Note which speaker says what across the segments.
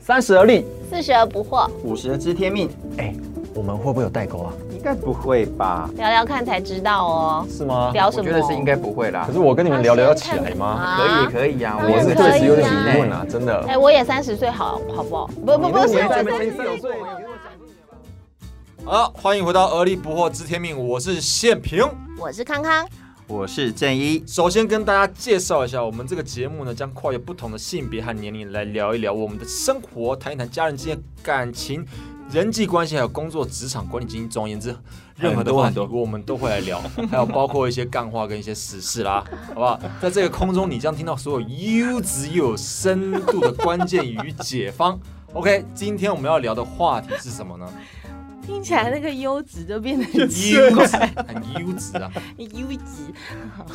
Speaker 1: 三十而立，
Speaker 2: 四十而不惑，
Speaker 3: 五十知天命，
Speaker 1: 哎，我们会不会有代沟啊？
Speaker 3: 应该不会吧？
Speaker 2: 聊聊看才知道哦。
Speaker 1: 是吗？
Speaker 2: 聊什
Speaker 3: 我
Speaker 2: 么？
Speaker 3: 觉得是应该不会啦
Speaker 1: 可。是我跟你们聊聊要起来吗？
Speaker 3: 可以可以啊，
Speaker 2: 当然
Speaker 1: 我
Speaker 3: 也
Speaker 1: 是
Speaker 2: 可以啊
Speaker 1: 确实有点疑问啊，真
Speaker 2: 哎、
Speaker 1: 的。
Speaker 2: 我也三十岁，好好不好？不不不是，
Speaker 1: 你那
Speaker 2: 我
Speaker 1: 年纪
Speaker 2: 三
Speaker 1: 没
Speaker 2: 十
Speaker 1: 三十岁
Speaker 4: 好
Speaker 1: 啊
Speaker 4: 了，欢迎回到《而立不惑知天命》，我是宪平。
Speaker 2: 我是康康，
Speaker 3: 我是正一，
Speaker 4: 首先跟大家介绍一下，我们这个节目呢，将跨越不同的性别和年龄来聊一聊我们的生活，谈一谈家人之间的感情、人际关系，还有工作、职场管理经验。总而言之，任何的话
Speaker 3: 哎很
Speaker 4: 题
Speaker 3: 多很
Speaker 4: 我们都会来聊，还有包括一些干话跟一些时事啦，好不好？在这个空中，你将听到所有优质又有深度的关键与解方。OK，今天我们要聊的话题是什么呢？
Speaker 5: 听起来那个优质就变得很奇
Speaker 4: 优质
Speaker 5: 怪，，
Speaker 4: 很优质啊！
Speaker 5: 优质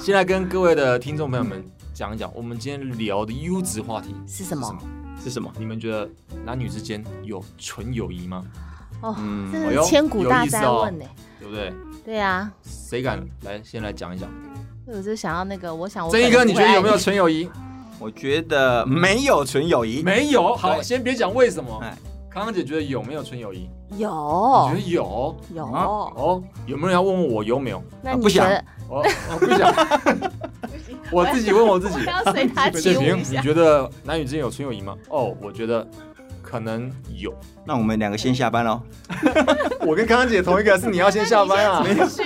Speaker 4: 现在跟各位的听众朋友们讲一讲，我们今天聊的优质话题
Speaker 5: 是什么？
Speaker 3: 是什么？
Speaker 4: 你们觉得男女之间有纯友谊吗？
Speaker 5: 哦，
Speaker 3: 嗯
Speaker 5: 这
Speaker 4: 哎
Speaker 5: 是
Speaker 4: 呦
Speaker 5: 千古大
Speaker 4: 有意思
Speaker 5: 灾
Speaker 4: 哦
Speaker 5: 问呢。
Speaker 4: 对不对？
Speaker 5: 对啊，
Speaker 4: 谁敢来先来讲一讲？
Speaker 5: 我就想要那个，我想我
Speaker 4: 正一
Speaker 5: 可
Speaker 4: 哥，
Speaker 5: 能
Speaker 4: 你
Speaker 5: 不
Speaker 4: 觉
Speaker 5: 会
Speaker 4: 得
Speaker 5: 爱
Speaker 4: 有没有纯友谊？
Speaker 3: 我觉得没有纯友谊，
Speaker 4: 没有。好，
Speaker 3: 对
Speaker 4: 先别讲为什么
Speaker 3: 哎。
Speaker 4: 康康姐觉得有没有纯友谊？我
Speaker 5: 有
Speaker 4: 觉得有。
Speaker 5: 有？
Speaker 4: 哦，有没有人要问问我有没有？
Speaker 5: 那
Speaker 3: 啊
Speaker 5: 你
Speaker 3: 不
Speaker 5: 觉
Speaker 3: 想
Speaker 5: 得
Speaker 4: 我 我不想，我自己问我自己
Speaker 5: 不。要随他起
Speaker 4: 谢
Speaker 5: 舞
Speaker 4: 平，
Speaker 5: 一
Speaker 4: 你
Speaker 5: 下？
Speaker 4: 觉得男女之间有纯友谊吗？哦，我觉得可能有。
Speaker 3: 那我们两个先下班喽。
Speaker 4: 我跟康康姐同一个，是你要先下班 啊，
Speaker 5: 去，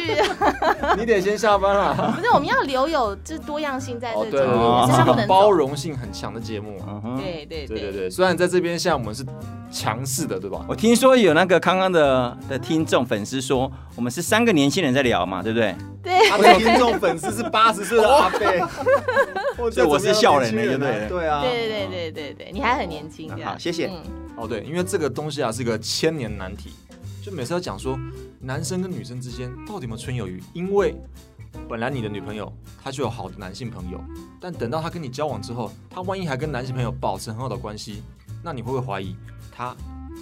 Speaker 4: 你得先下班啊。
Speaker 5: 不是我们要留有就是多样性在
Speaker 4: 哦，
Speaker 5: 这
Speaker 4: 对对
Speaker 5: 种，
Speaker 3: 哦
Speaker 5: 也
Speaker 4: 对，这
Speaker 5: 是
Speaker 4: 是
Speaker 5: 他不
Speaker 4: 个
Speaker 5: 能
Speaker 4: 包
Speaker 5: 走。
Speaker 4: 容性很强的节目。
Speaker 3: 嗯哼，
Speaker 5: 对对
Speaker 4: 对
Speaker 5: 对，
Speaker 4: 对对，虽然在这边现在我们是强势的， 对吧？
Speaker 3: 我听说有那个康康的的听众粉丝说，我们是三个年轻人在聊嘛，对不对？
Speaker 4: 他的听众粉丝是八十岁的阿贝，
Speaker 3: 所以我是笑人的，对不对？
Speaker 4: 对啊。
Speaker 5: 对对对对对，你还很年轻。这样
Speaker 3: 好谢谢
Speaker 5: 嗯
Speaker 4: 哦对，因为这个东西啊是一个千年难题，就每次要讲说男生跟女生之间到底有没有纯友谊，因为本来你的女朋友她就有好的男性朋友，但等到她跟你交往之后，她万一还跟男性朋友保持很好的关系，那你会不会怀疑她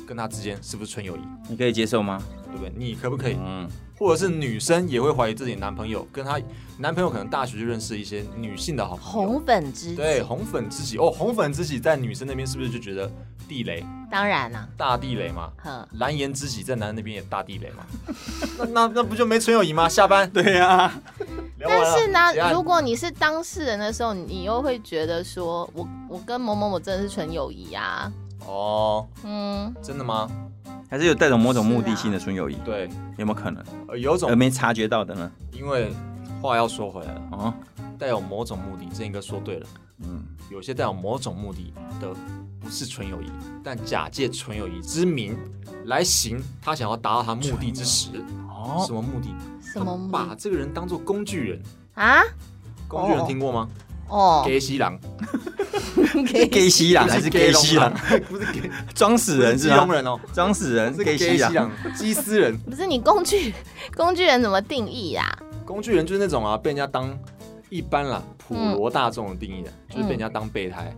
Speaker 4: 跟她之间是不是纯友谊？
Speaker 3: 你可以接受吗？
Speaker 4: 对不对？你可不可以？
Speaker 3: 嗯，
Speaker 4: 或者是女生也会怀疑自己男朋友跟她男朋友可能大学就认识一些女性的好朋友，
Speaker 5: 红粉知己，
Speaker 4: 对红粉知己哦，红粉知己在女生那边是不是就觉得地雷
Speaker 5: 当然啦，
Speaker 4: 大地雷嘛？
Speaker 5: 呵，
Speaker 4: 蓝颜知己在男人那边也大地雷嘛？ 那那那不就没纯友谊吗？下班对呀、
Speaker 3: 啊
Speaker 4: 聊完
Speaker 5: 但
Speaker 4: 了
Speaker 5: 是
Speaker 4: 结
Speaker 5: 呢，
Speaker 4: 案
Speaker 5: 如果你是当事人的时候，你又会觉得说，我我跟某某某真的是纯友谊啊，
Speaker 4: 哦，
Speaker 5: 嗯，
Speaker 4: 真的吗？
Speaker 3: 还是有带种某种目的
Speaker 5: 啊
Speaker 3: 性的纯友谊，
Speaker 4: 对，
Speaker 3: 有没有可能？
Speaker 4: 呃，有
Speaker 3: 而
Speaker 4: 种
Speaker 3: 没察觉到的呢？
Speaker 4: 因为话要说回来了，
Speaker 3: 哦，
Speaker 4: 带有某种目的，这应该说对了。
Speaker 3: 嗯，
Speaker 4: 有些带有某种目的的不是纯友谊，但假借纯友谊之名来行他想要达到他目的之时，
Speaker 3: 哦
Speaker 4: 什，么目的？
Speaker 5: 什么目
Speaker 4: 他把
Speaker 5: 的
Speaker 4: 这个人当做工具人，
Speaker 5: 啊？
Speaker 4: 工具人听过吗？
Speaker 5: 哦，
Speaker 4: 给西郎
Speaker 3: 是 gay 西 郎还是 gay 西郎？？
Speaker 4: 不是给
Speaker 3: 装死人是
Speaker 4: 基隆
Speaker 3: 吗？
Speaker 4: 人哦，
Speaker 3: 装死人是
Speaker 4: 是
Speaker 3: gay
Speaker 4: gay
Speaker 3: 西
Speaker 4: 西
Speaker 3: 郎，
Speaker 4: 郎，基斯人。
Speaker 5: 不是你工具 工具人怎么定义啊呀、
Speaker 4: 工具人就是那种啊，被人家当一般啦，普罗大众的定义的，就是被人家当备胎，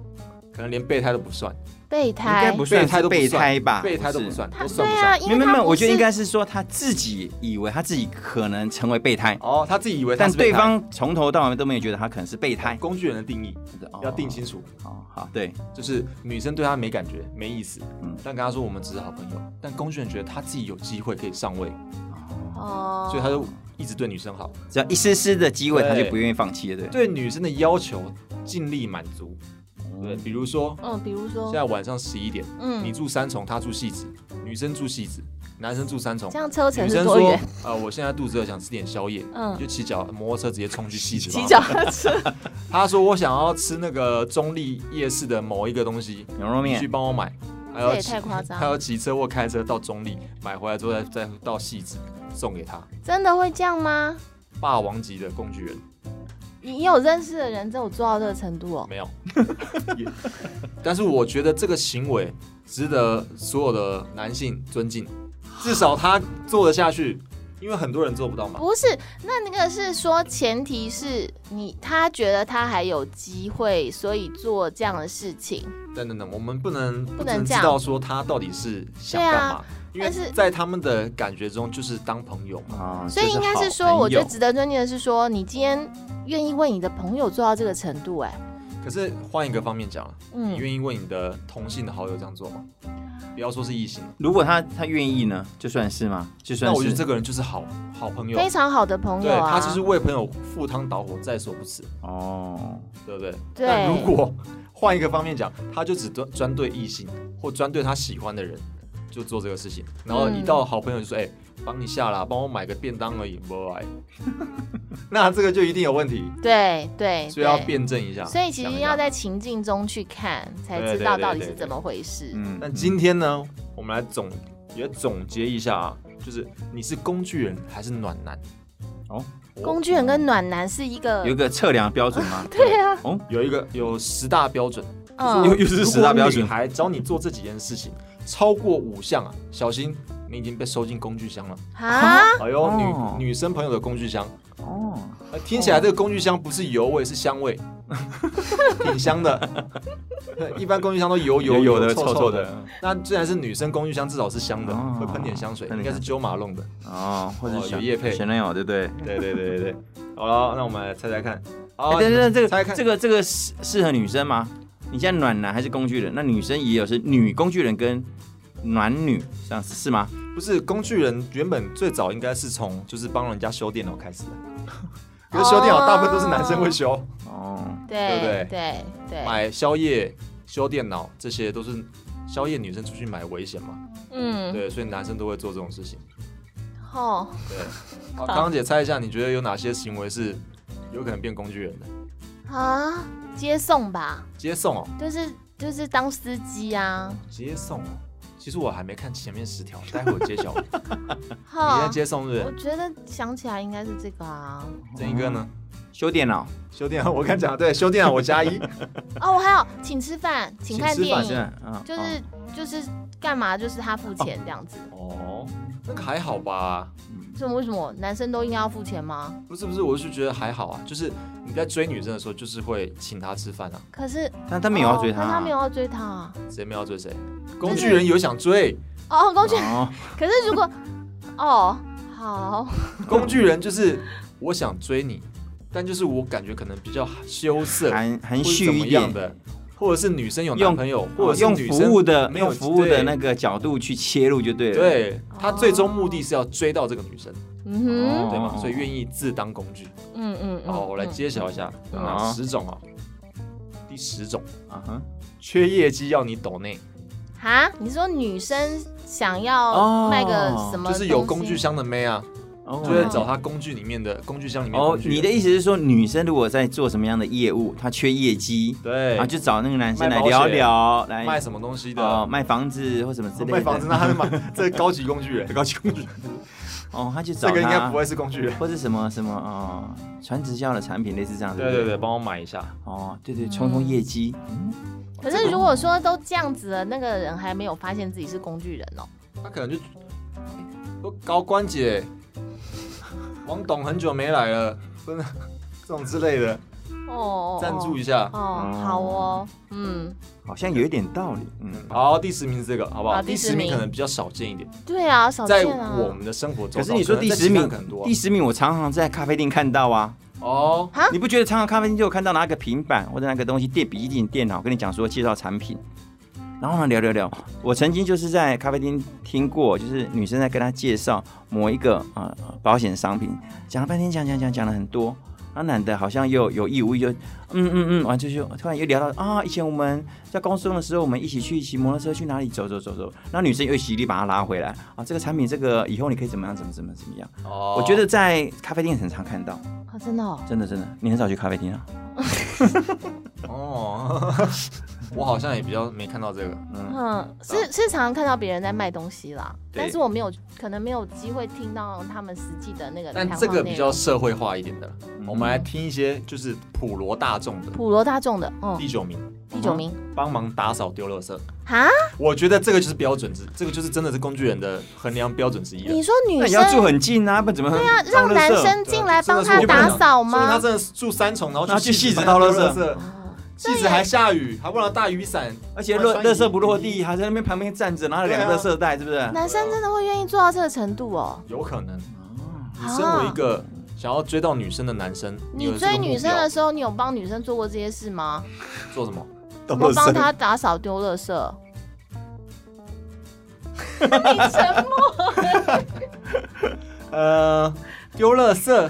Speaker 4: 可能连备胎都不算，
Speaker 5: 备
Speaker 3: 应该
Speaker 5: 胎？
Speaker 3: 不算
Speaker 4: 备胎
Speaker 3: 是
Speaker 4: 都不
Speaker 3: 备
Speaker 4: 算
Speaker 3: 胎吧？
Speaker 4: 备胎都不
Speaker 3: 是。
Speaker 4: 算，
Speaker 5: 他
Speaker 4: 都
Speaker 5: 对
Speaker 4: 算不
Speaker 5: 啊，
Speaker 4: 上。
Speaker 5: 因
Speaker 3: 没有
Speaker 5: 为
Speaker 3: 没
Speaker 5: 他
Speaker 3: 有，
Speaker 5: 不
Speaker 3: 我觉得
Speaker 5: 是
Speaker 3: 应该是说他自己以为他自己可能成为备胎，
Speaker 4: 哦，他自己以为他
Speaker 3: 但
Speaker 4: 是
Speaker 3: 对
Speaker 4: 备胎哦
Speaker 3: 方从头到尾都没有觉得他可能是备胎，
Speaker 4: 工具人的定义要定清
Speaker 3: 楚。
Speaker 4: 楚。
Speaker 3: 哦，好，对，
Speaker 4: 就是女生对他没感觉、没意思，
Speaker 3: 嗯
Speaker 4: 但跟他说我们只是好朋友，但工具人觉得他自己有机会可以上位，
Speaker 5: 哦，
Speaker 4: 所以他就一直对女生好，
Speaker 3: 只要一丝丝的机会，他
Speaker 4: 对
Speaker 3: 就不愿意放弃了，对不对。
Speaker 4: 对女生的要求尽力满足。对，比如说
Speaker 5: 嗯，比如
Speaker 4: 现
Speaker 5: 说
Speaker 4: 在晚上十一点，你
Speaker 5: 嗯，
Speaker 4: 住三重，他住戏子，女生住戏子，男生住三重
Speaker 5: 这。样车程
Speaker 4: 女
Speaker 5: 是
Speaker 4: 生
Speaker 5: 多
Speaker 4: 说
Speaker 5: 远？：“
Speaker 4: 呃，我现在肚子饿，想吃点宵夜，
Speaker 5: 嗯
Speaker 4: 你就骑脚摩托车直接冲去戏子吧。
Speaker 5: 骑脚踏车，
Speaker 4: 他说：“我想要吃那个中立夜市的某一个东西，
Speaker 3: 牛肉
Speaker 4: 你
Speaker 3: 面
Speaker 4: 去，帮我买。”
Speaker 5: 这
Speaker 4: 还要
Speaker 5: 也
Speaker 4: 骑
Speaker 5: 太夸张
Speaker 4: 他要
Speaker 5: 了，
Speaker 4: 骑车或开车到中立买回来之后再再到戏子送给他。
Speaker 5: 真的会这样吗？
Speaker 4: 霸王级的工具人
Speaker 5: 你有认识的人，只有做到这个程度哦。
Speaker 4: 没有， 但是我觉得这个行为值得所有的男性尊敬，至少他做得下去，因为很多人做不到嘛。
Speaker 5: 不是，那那个是说，前提是你他觉得他还有机会，所以做这样的事情。
Speaker 4: 等等等，我们不能
Speaker 5: 不能
Speaker 4: 只
Speaker 5: 这
Speaker 4: 知
Speaker 5: 样
Speaker 4: 道说他到底是想干嘛，因为
Speaker 5: 但是
Speaker 4: 在他们的感觉中就是当朋友嘛。
Speaker 3: 啊
Speaker 5: 所以应该是
Speaker 3: 就
Speaker 5: 说，
Speaker 3: 好朋友
Speaker 5: 我觉得值得尊敬的是说，你今天愿意为你的朋友做到这个程度、哎，
Speaker 4: 可是换一个方面讲啊，你
Speaker 2: 嗯，
Speaker 4: 愿意为你的同性的好友这样做吗？不要说是异性，
Speaker 3: 如果他他愿意呢，就算是吗？就算是。
Speaker 4: 那我觉得这个人就是好好朋友，
Speaker 5: 非常好的朋友
Speaker 4: 对
Speaker 5: 啊，
Speaker 4: 他就是为朋友赴汤蹈火，在所不辞，
Speaker 3: 哦，
Speaker 4: 对不对？
Speaker 5: 对
Speaker 4: 但如果换一个方面讲，他就只专专对异性或专对他喜欢的人就做这个事情，然后一到好朋友就说：“
Speaker 5: 嗯
Speaker 4: 哎、帮一下啦，帮我买个便当而已，不来。” 那这个就一定有问题，
Speaker 5: 对对，
Speaker 4: 所以要
Speaker 5: 对
Speaker 4: 辩证一下。
Speaker 5: 所以其
Speaker 4: 想
Speaker 5: 实
Speaker 4: 一下
Speaker 5: 要在情境中去看，才
Speaker 4: 对
Speaker 5: 知
Speaker 4: 对
Speaker 5: 道
Speaker 4: 对
Speaker 5: 到
Speaker 4: 对
Speaker 5: 底
Speaker 4: 对
Speaker 5: 是
Speaker 4: 对
Speaker 5: 怎么回事。
Speaker 3: 嗯
Speaker 4: 但今天呢，我们来总也总结一下啊，就是你是工具人还是暖男？
Speaker 3: 哦，
Speaker 5: 工具人跟暖男是一个
Speaker 3: 有一个测量标准吗？对啊。哦，
Speaker 4: 有一个有十大 标准，
Speaker 3: 又
Speaker 5: 嗯，
Speaker 3: 又是十大标准
Speaker 4: 如果女。孩找你做这几件事情，超过五项啊，小心你已经被收进工具箱了。
Speaker 5: 啊，
Speaker 4: 哎呦，
Speaker 3: 哦
Speaker 4: 女女生朋友的工具箱，
Speaker 3: 哦，
Speaker 4: 呃听起来这个工具箱不是油味，是 香味，挺香的。对一般工具箱都油油
Speaker 3: 有的嗯
Speaker 4: 的、
Speaker 3: 臭
Speaker 4: 臭
Speaker 3: 臭
Speaker 4: 的。
Speaker 3: 的。
Speaker 4: 那既然是女生工具箱，至少是香的，
Speaker 3: 哦
Speaker 4: 会喷点香水，
Speaker 3: 喷
Speaker 4: 应
Speaker 3: 点
Speaker 4: 该是
Speaker 3: 香
Speaker 4: Jo 马弄的。
Speaker 3: 哦，或者
Speaker 4: 哦
Speaker 3: 是
Speaker 4: 有业配
Speaker 3: 前男友对不 对？
Speaker 4: 对对对对对。好了，那我们来猜猜看。好，
Speaker 3: 哎等等，这
Speaker 4: 哦猜
Speaker 3: 个
Speaker 4: 看
Speaker 3: 这个这个适适合女生吗？你现在暖男还是工具人？那女生也有是女工具人跟暖女这样子是吗？
Speaker 4: 不是工具人，原本最早应该是从就是帮人家修电脑开 始的。可是修电脑大部分都是男生会修，
Speaker 3: 哦，
Speaker 4: 对不对
Speaker 5: 对对对，
Speaker 4: 买宵夜、修电脑这些都是宵夜女生出去买危险嘛，
Speaker 5: 嗯，
Speaker 4: 对，所以男生都会做这种事情。
Speaker 5: 哦，
Speaker 4: 好，康康姐猜一下，你觉得有哪些行为是有可能变工具人的？
Speaker 5: 啊，接送吧，
Speaker 4: 接送哦，
Speaker 5: 就是就是当司机啊，
Speaker 4: 接送哦。其实我还没看前面十条，待会儿揭晓。你在
Speaker 5: 哈，
Speaker 4: 接送是
Speaker 5: 我
Speaker 4: 不是？
Speaker 5: 觉得想起来应该是这个啊。
Speaker 4: 正一哥呢？
Speaker 3: 修电脑，
Speaker 4: 修电脑，我刚讲对，修电脑我加一。
Speaker 5: 哦，我还有请吃饭，请看
Speaker 4: 请吃
Speaker 5: 电
Speaker 4: 饭
Speaker 3: 是
Speaker 5: 影，
Speaker 3: 嗯，
Speaker 5: 就
Speaker 3: 哦
Speaker 5: 是就是干嘛，就是他付钱这样子。
Speaker 4: 哦，那个还好吧？
Speaker 5: 这为什么男生都应该要付钱吗？
Speaker 4: 不是不是，我是觉得还好啊，就是你在追女生的时候，就是会请她吃饭啊，
Speaker 5: 可是
Speaker 3: 但他没有要追
Speaker 5: 哦可是
Speaker 3: 啊
Speaker 5: 他没有要追他啊。
Speaker 4: 谁没有要追谁？工具人有想追，
Speaker 5: 哦，工具人，
Speaker 3: 哦，
Speaker 5: 可是如 果哦好，
Speaker 4: 工具人就是我想追你，但就是我感觉可能比较羞涩，
Speaker 3: 含含
Speaker 4: 或是
Speaker 3: 蓄
Speaker 4: 怎么
Speaker 3: 一
Speaker 4: 样
Speaker 3: 点，
Speaker 4: 的，或者是女生有男
Speaker 3: 用
Speaker 4: 朋友，或者是
Speaker 3: 用
Speaker 4: 女
Speaker 3: 服
Speaker 4: 生
Speaker 3: 务的
Speaker 4: 没有
Speaker 3: 用服务的
Speaker 4: 对
Speaker 3: 那个角度去切入就对了。
Speaker 4: 对
Speaker 5: 哦
Speaker 4: 他最终目的是要追到这个女生，
Speaker 5: 嗯哼，
Speaker 3: 哦
Speaker 4: 对吗？所以愿意自当工具。
Speaker 5: 嗯嗯嗯，
Speaker 4: 好，哦我来
Speaker 5: 嗯，
Speaker 4: 揭晓一下
Speaker 3: 嗯
Speaker 4: 哪十种啊？第十种，
Speaker 3: 啊哈，
Speaker 4: 缺业绩要你抖内，
Speaker 5: 哈，你说女生想要
Speaker 3: 哦
Speaker 5: 卖个什么东西？
Speaker 4: 就是有工具箱的妹啊，
Speaker 3: 哦
Speaker 4: 就在找他工具里面的工具箱里面
Speaker 3: 哦
Speaker 4: 工，具人。
Speaker 3: 你的意思是说，女生如果在做什么样的业务，她缺业绩，
Speaker 4: 对
Speaker 3: 啊然后，就找那个男生
Speaker 4: 卖
Speaker 3: 来
Speaker 4: 保
Speaker 3: 聊
Speaker 4: 险
Speaker 3: 聊，来
Speaker 4: 卖什么东西
Speaker 3: 哦
Speaker 4: 的？哦
Speaker 3: 卖房子或什么之类的。
Speaker 4: 卖房子那他是买这高级工具人，
Speaker 3: 高级工具人。哦，他去找
Speaker 4: 这个应该
Speaker 3: 他
Speaker 4: 不会是工具人。
Speaker 3: 或是什么什么哦，传直销的产品类似这样，
Speaker 4: 对
Speaker 3: 不
Speaker 4: 对对，。帮我买一下。
Speaker 3: 哦，对对，冲冲业绩，
Speaker 4: 哦
Speaker 5: 可是如果说都这样子了，那个人还没有发现自己是工具人哦。
Speaker 4: 他可能就都高关姐，王董很久没来了，真的这种之类的，
Speaker 5: 哦哦，哦
Speaker 4: 赞助一下。
Speaker 5: 哦，好哦，嗯，
Speaker 3: 好像有一点道理。嗯，
Speaker 4: 好，第十名是这个，好不好？
Speaker 5: 好
Speaker 4: 第
Speaker 5: 第
Speaker 4: 十
Speaker 5: 十
Speaker 4: 名
Speaker 5: 名
Speaker 4: 可能比较少见一点，
Speaker 5: 对啊，少
Speaker 4: 在
Speaker 5: 见啊。
Speaker 4: 我们的生活
Speaker 3: 可
Speaker 4: 中，
Speaker 3: 是你说
Speaker 4: 能
Speaker 3: 第
Speaker 4: 在
Speaker 3: 十
Speaker 4: 其他
Speaker 3: 名
Speaker 4: 很多啊
Speaker 3: 第十名我常常在咖啡店看到啊，
Speaker 4: 哦，
Speaker 5: 啊
Speaker 3: 你不觉得常常咖啡店就有看到拿个平板或者那个东西电笔记本电脑跟你讲说介绍产品，然后呢聊聊聊，我曾经就是在咖啡厅听过，就是女生在跟他介绍某一个呃保险商品，讲了半天讲讲讲讲了很多。然后男的好像又有意无意就，嗯嗯嗯，完就就突然又聊到啊，以前我们在高中的时候，我们一起去骑摩托车去哪里走走走走，然后女生又极力把他拉回来啊，这个产品这个以后你可以怎么样怎么怎么怎么样，
Speaker 4: 哦
Speaker 3: 我觉得在咖啡店很常看到。
Speaker 5: 啊，真的哦，
Speaker 3: 真的真的，你很少去咖啡厅啊？
Speaker 4: 哦，我好像也比较没看到这个，
Speaker 3: 嗯，
Speaker 5: 嗯，是是常常看到别人在卖东西啦，
Speaker 3: 对
Speaker 5: 但是我没有，可能没有机会听到他们实际的那个谈
Speaker 4: 但
Speaker 5: 话
Speaker 4: 这个比
Speaker 5: 内
Speaker 4: 较
Speaker 5: 容
Speaker 4: 社会化一点的，
Speaker 3: 嗯
Speaker 4: 我们来听一些就是普罗大众的。嗯
Speaker 5: 普罗大众的哦。
Speaker 4: 第九名，
Speaker 5: 第九名
Speaker 4: 帮忙打扫丢垃圾，
Speaker 5: 啊，
Speaker 4: 我觉得这个就是标准之，这个就是真的是工具人的衡量标准之一了。啊
Speaker 5: 你说女
Speaker 3: 那你
Speaker 5: 生
Speaker 3: 要住很近啊，不然怎么对啊
Speaker 5: 让男生进来帮
Speaker 4: 真的
Speaker 5: 他
Speaker 4: 是
Speaker 5: 打扫
Speaker 4: 所以他
Speaker 5: 吗？
Speaker 4: 真的是住三重，然
Speaker 3: 然
Speaker 4: 后
Speaker 3: 后去
Speaker 4: 戏
Speaker 3: 戏子
Speaker 4: 子
Speaker 3: 倒垃圾
Speaker 4: 圾，戏子还下雨，还不拿大雨伞，
Speaker 3: 而且
Speaker 4: 不
Speaker 3: 乐乐
Speaker 4: 然穿雨
Speaker 3: 色不落地，还在那边旁边站着，拿了两个
Speaker 4: 对啊
Speaker 3: 乐色袋，是不是？
Speaker 5: 男生真的会愿意做到这个程度哦？
Speaker 4: 有可能。你身为一个想要追到女生的男生，有
Speaker 5: 啊你
Speaker 4: 这个
Speaker 5: 追
Speaker 4: 目
Speaker 5: 女生
Speaker 4: 标
Speaker 5: 的时候，你有帮女生做过这些事吗？
Speaker 4: 做什么？
Speaker 5: 我
Speaker 1: 乐
Speaker 5: 们帮
Speaker 1: 色
Speaker 5: 她打扫丢垃 圾。你沉默。
Speaker 4: 呃，丢垃圾。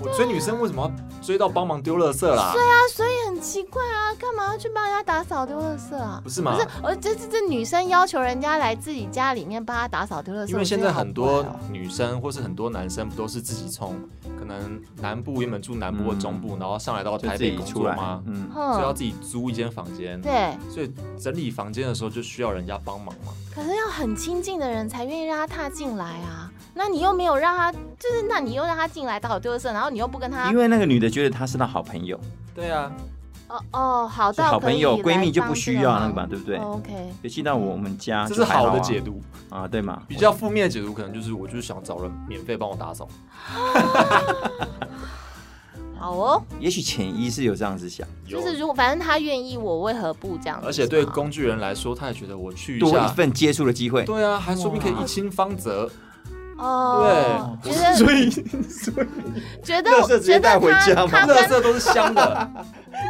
Speaker 4: 我追女生为什么要追到帮忙丢垃圾啦？
Speaker 5: 啊，所以很奇怪啊，干嘛要去帮人家打扫丢垃圾啊
Speaker 4: 不？是嘛
Speaker 5: 不？是，我这这这女生要求人家来自己家里面帮她打扫丢垃圾，
Speaker 4: 因为
Speaker 5: 我觉
Speaker 4: 现
Speaker 5: 得
Speaker 4: 在
Speaker 5: 好
Speaker 4: 很多
Speaker 5: 怪哦
Speaker 4: 女生或是很多男生不都是自己从可能南部原本住南部或中部，然后上来到
Speaker 3: 就
Speaker 4: 台
Speaker 3: 自
Speaker 4: 北
Speaker 3: 己
Speaker 4: 工
Speaker 3: 出
Speaker 4: 作
Speaker 3: 来
Speaker 4: 吗，？
Speaker 3: 嗯，
Speaker 4: 所以要
Speaker 5: 哼，
Speaker 4: 自己租一间房间。
Speaker 5: 对，
Speaker 4: 所以整理房间的时候就需要人家帮忙嘛。
Speaker 5: 可是要很亲近的人才愿意让她踏进来啊。那你又没有让她，就是那你又让她进来打扫丢垃圾，然后你又不跟她
Speaker 3: 因，为那个女的觉得她是她好朋友，
Speaker 4: 对啊，
Speaker 5: 哦哦，好
Speaker 3: 是
Speaker 5: 到
Speaker 3: 好
Speaker 5: 可以
Speaker 3: 朋友
Speaker 5: 来
Speaker 3: 闺蜜就
Speaker 5: 帮
Speaker 3: 不
Speaker 5: 这
Speaker 3: 需
Speaker 5: 个
Speaker 3: 要啊
Speaker 5: 忙
Speaker 3: 那个嘛，对不对？
Speaker 5: 哦？OK，
Speaker 3: 尤其到我们家
Speaker 4: 这
Speaker 3: 就是还好
Speaker 4: 好
Speaker 3: 啊
Speaker 4: 的解读。
Speaker 3: 啊，对嘛？
Speaker 4: 比较负面的解读可能就是我就是想找人免费帮我打扫。
Speaker 5: 好哦，
Speaker 3: 也许潜意识有这样子想，
Speaker 4: 有
Speaker 5: 就是如果反正她愿意，我为何不这样子？
Speaker 4: 而且对
Speaker 5: 是吗
Speaker 4: 工具人来说，他也觉得我去
Speaker 3: 啊多
Speaker 4: 下
Speaker 3: 一，份接触的机 会。
Speaker 4: 对啊，还说不定可以一清方泽。
Speaker 5: 哦，
Speaker 4: 对
Speaker 5: 觉 得
Speaker 1: 所以
Speaker 5: 觉得
Speaker 1: 垃圾直接
Speaker 5: 觉得
Speaker 1: 带回
Speaker 5: 他
Speaker 1: 家吗
Speaker 5: 他
Speaker 4: 垃
Speaker 5: 跟
Speaker 4: 圾都是 香的，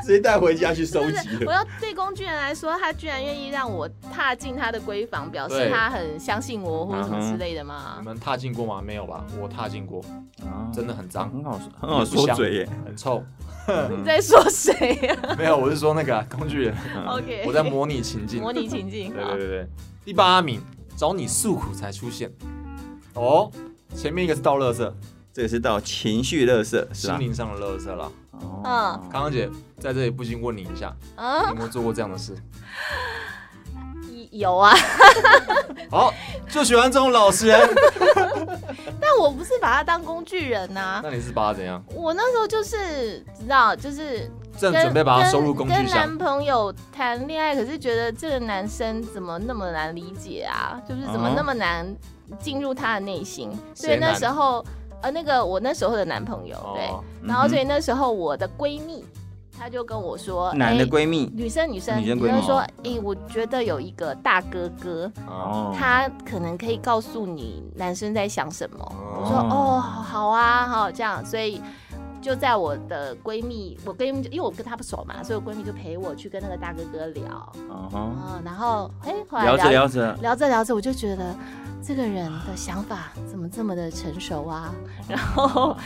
Speaker 1: 直接带回家去收
Speaker 5: 不
Speaker 1: 集
Speaker 5: 是，我
Speaker 1: 了。
Speaker 5: 要对工具人来说，他居然愿意让我踏进他的闺房，表示
Speaker 4: 对嗯
Speaker 5: 他很相信我或者什么之类的
Speaker 4: 你
Speaker 5: 吗？
Speaker 4: 们踏进过吗？没有吧？我踏进过，
Speaker 3: 啊
Speaker 4: 真的很脏，
Speaker 3: 很好说，很好嗯说嘴耶。
Speaker 4: 很臭。
Speaker 5: 你在说谁呀、
Speaker 4: 没有，我是说 那个啊工具人，
Speaker 5: o k
Speaker 4: 我在模拟情境。
Speaker 5: 模拟情境。
Speaker 4: 对对对对，第八名，找你诉苦才出现。哦，前面一个是倒垃圾，
Speaker 3: 这个是到情绪勒色是
Speaker 4: 心
Speaker 3: 吧？
Speaker 4: 灵上的垃圾啦。
Speaker 3: 哦，
Speaker 4: 康康姐在这里不禁问你一 下，你
Speaker 5: 啊，
Speaker 4: 有没有做过这样的事？
Speaker 5: 有啊，
Speaker 4: 好，就喜欢这种老实人。
Speaker 5: 但我不是把他当工具人呐、
Speaker 4: 那你是把他怎样？
Speaker 5: 我那时候就是知道，就是
Speaker 4: 正
Speaker 5: 跟
Speaker 4: 准备把他收入
Speaker 5: 跟
Speaker 4: 工具
Speaker 5: 跟
Speaker 4: 箱
Speaker 5: 男。朋友谈恋爱，可是觉得这个男生怎么那么难理解啊？就是怎么
Speaker 3: 嗯
Speaker 5: 那么难进入他的内心？所以
Speaker 4: 谁
Speaker 5: 那
Speaker 4: 难
Speaker 5: 时候，呃，那个我那时候的男朋友，对，
Speaker 4: 哦，
Speaker 5: 然后所以
Speaker 3: 嗯
Speaker 5: 那时候我的闺蜜，她就跟我说，
Speaker 3: 哼男的
Speaker 5: 哎
Speaker 3: 闺蜜
Speaker 5: 女生女生，
Speaker 3: 女生闺蜜
Speaker 5: 就说，哎、我觉得有一个大哥哥，
Speaker 4: 哦，
Speaker 3: 哦，
Speaker 5: 他可能可以告诉你男生在想什么。我说
Speaker 4: 哦
Speaker 5: 哦，好啊，好这样，所以就在我的闺蜜，我闺蜜就因为我跟她不熟嘛，所以我闺蜜就陪我去跟那个大哥哥聊，
Speaker 3: 哦吼
Speaker 5: 嗯，然后哎、后来
Speaker 3: 聊着聊着，
Speaker 5: 聊着聊着，我就觉得这个人的想法怎么这么的成熟啊， 然后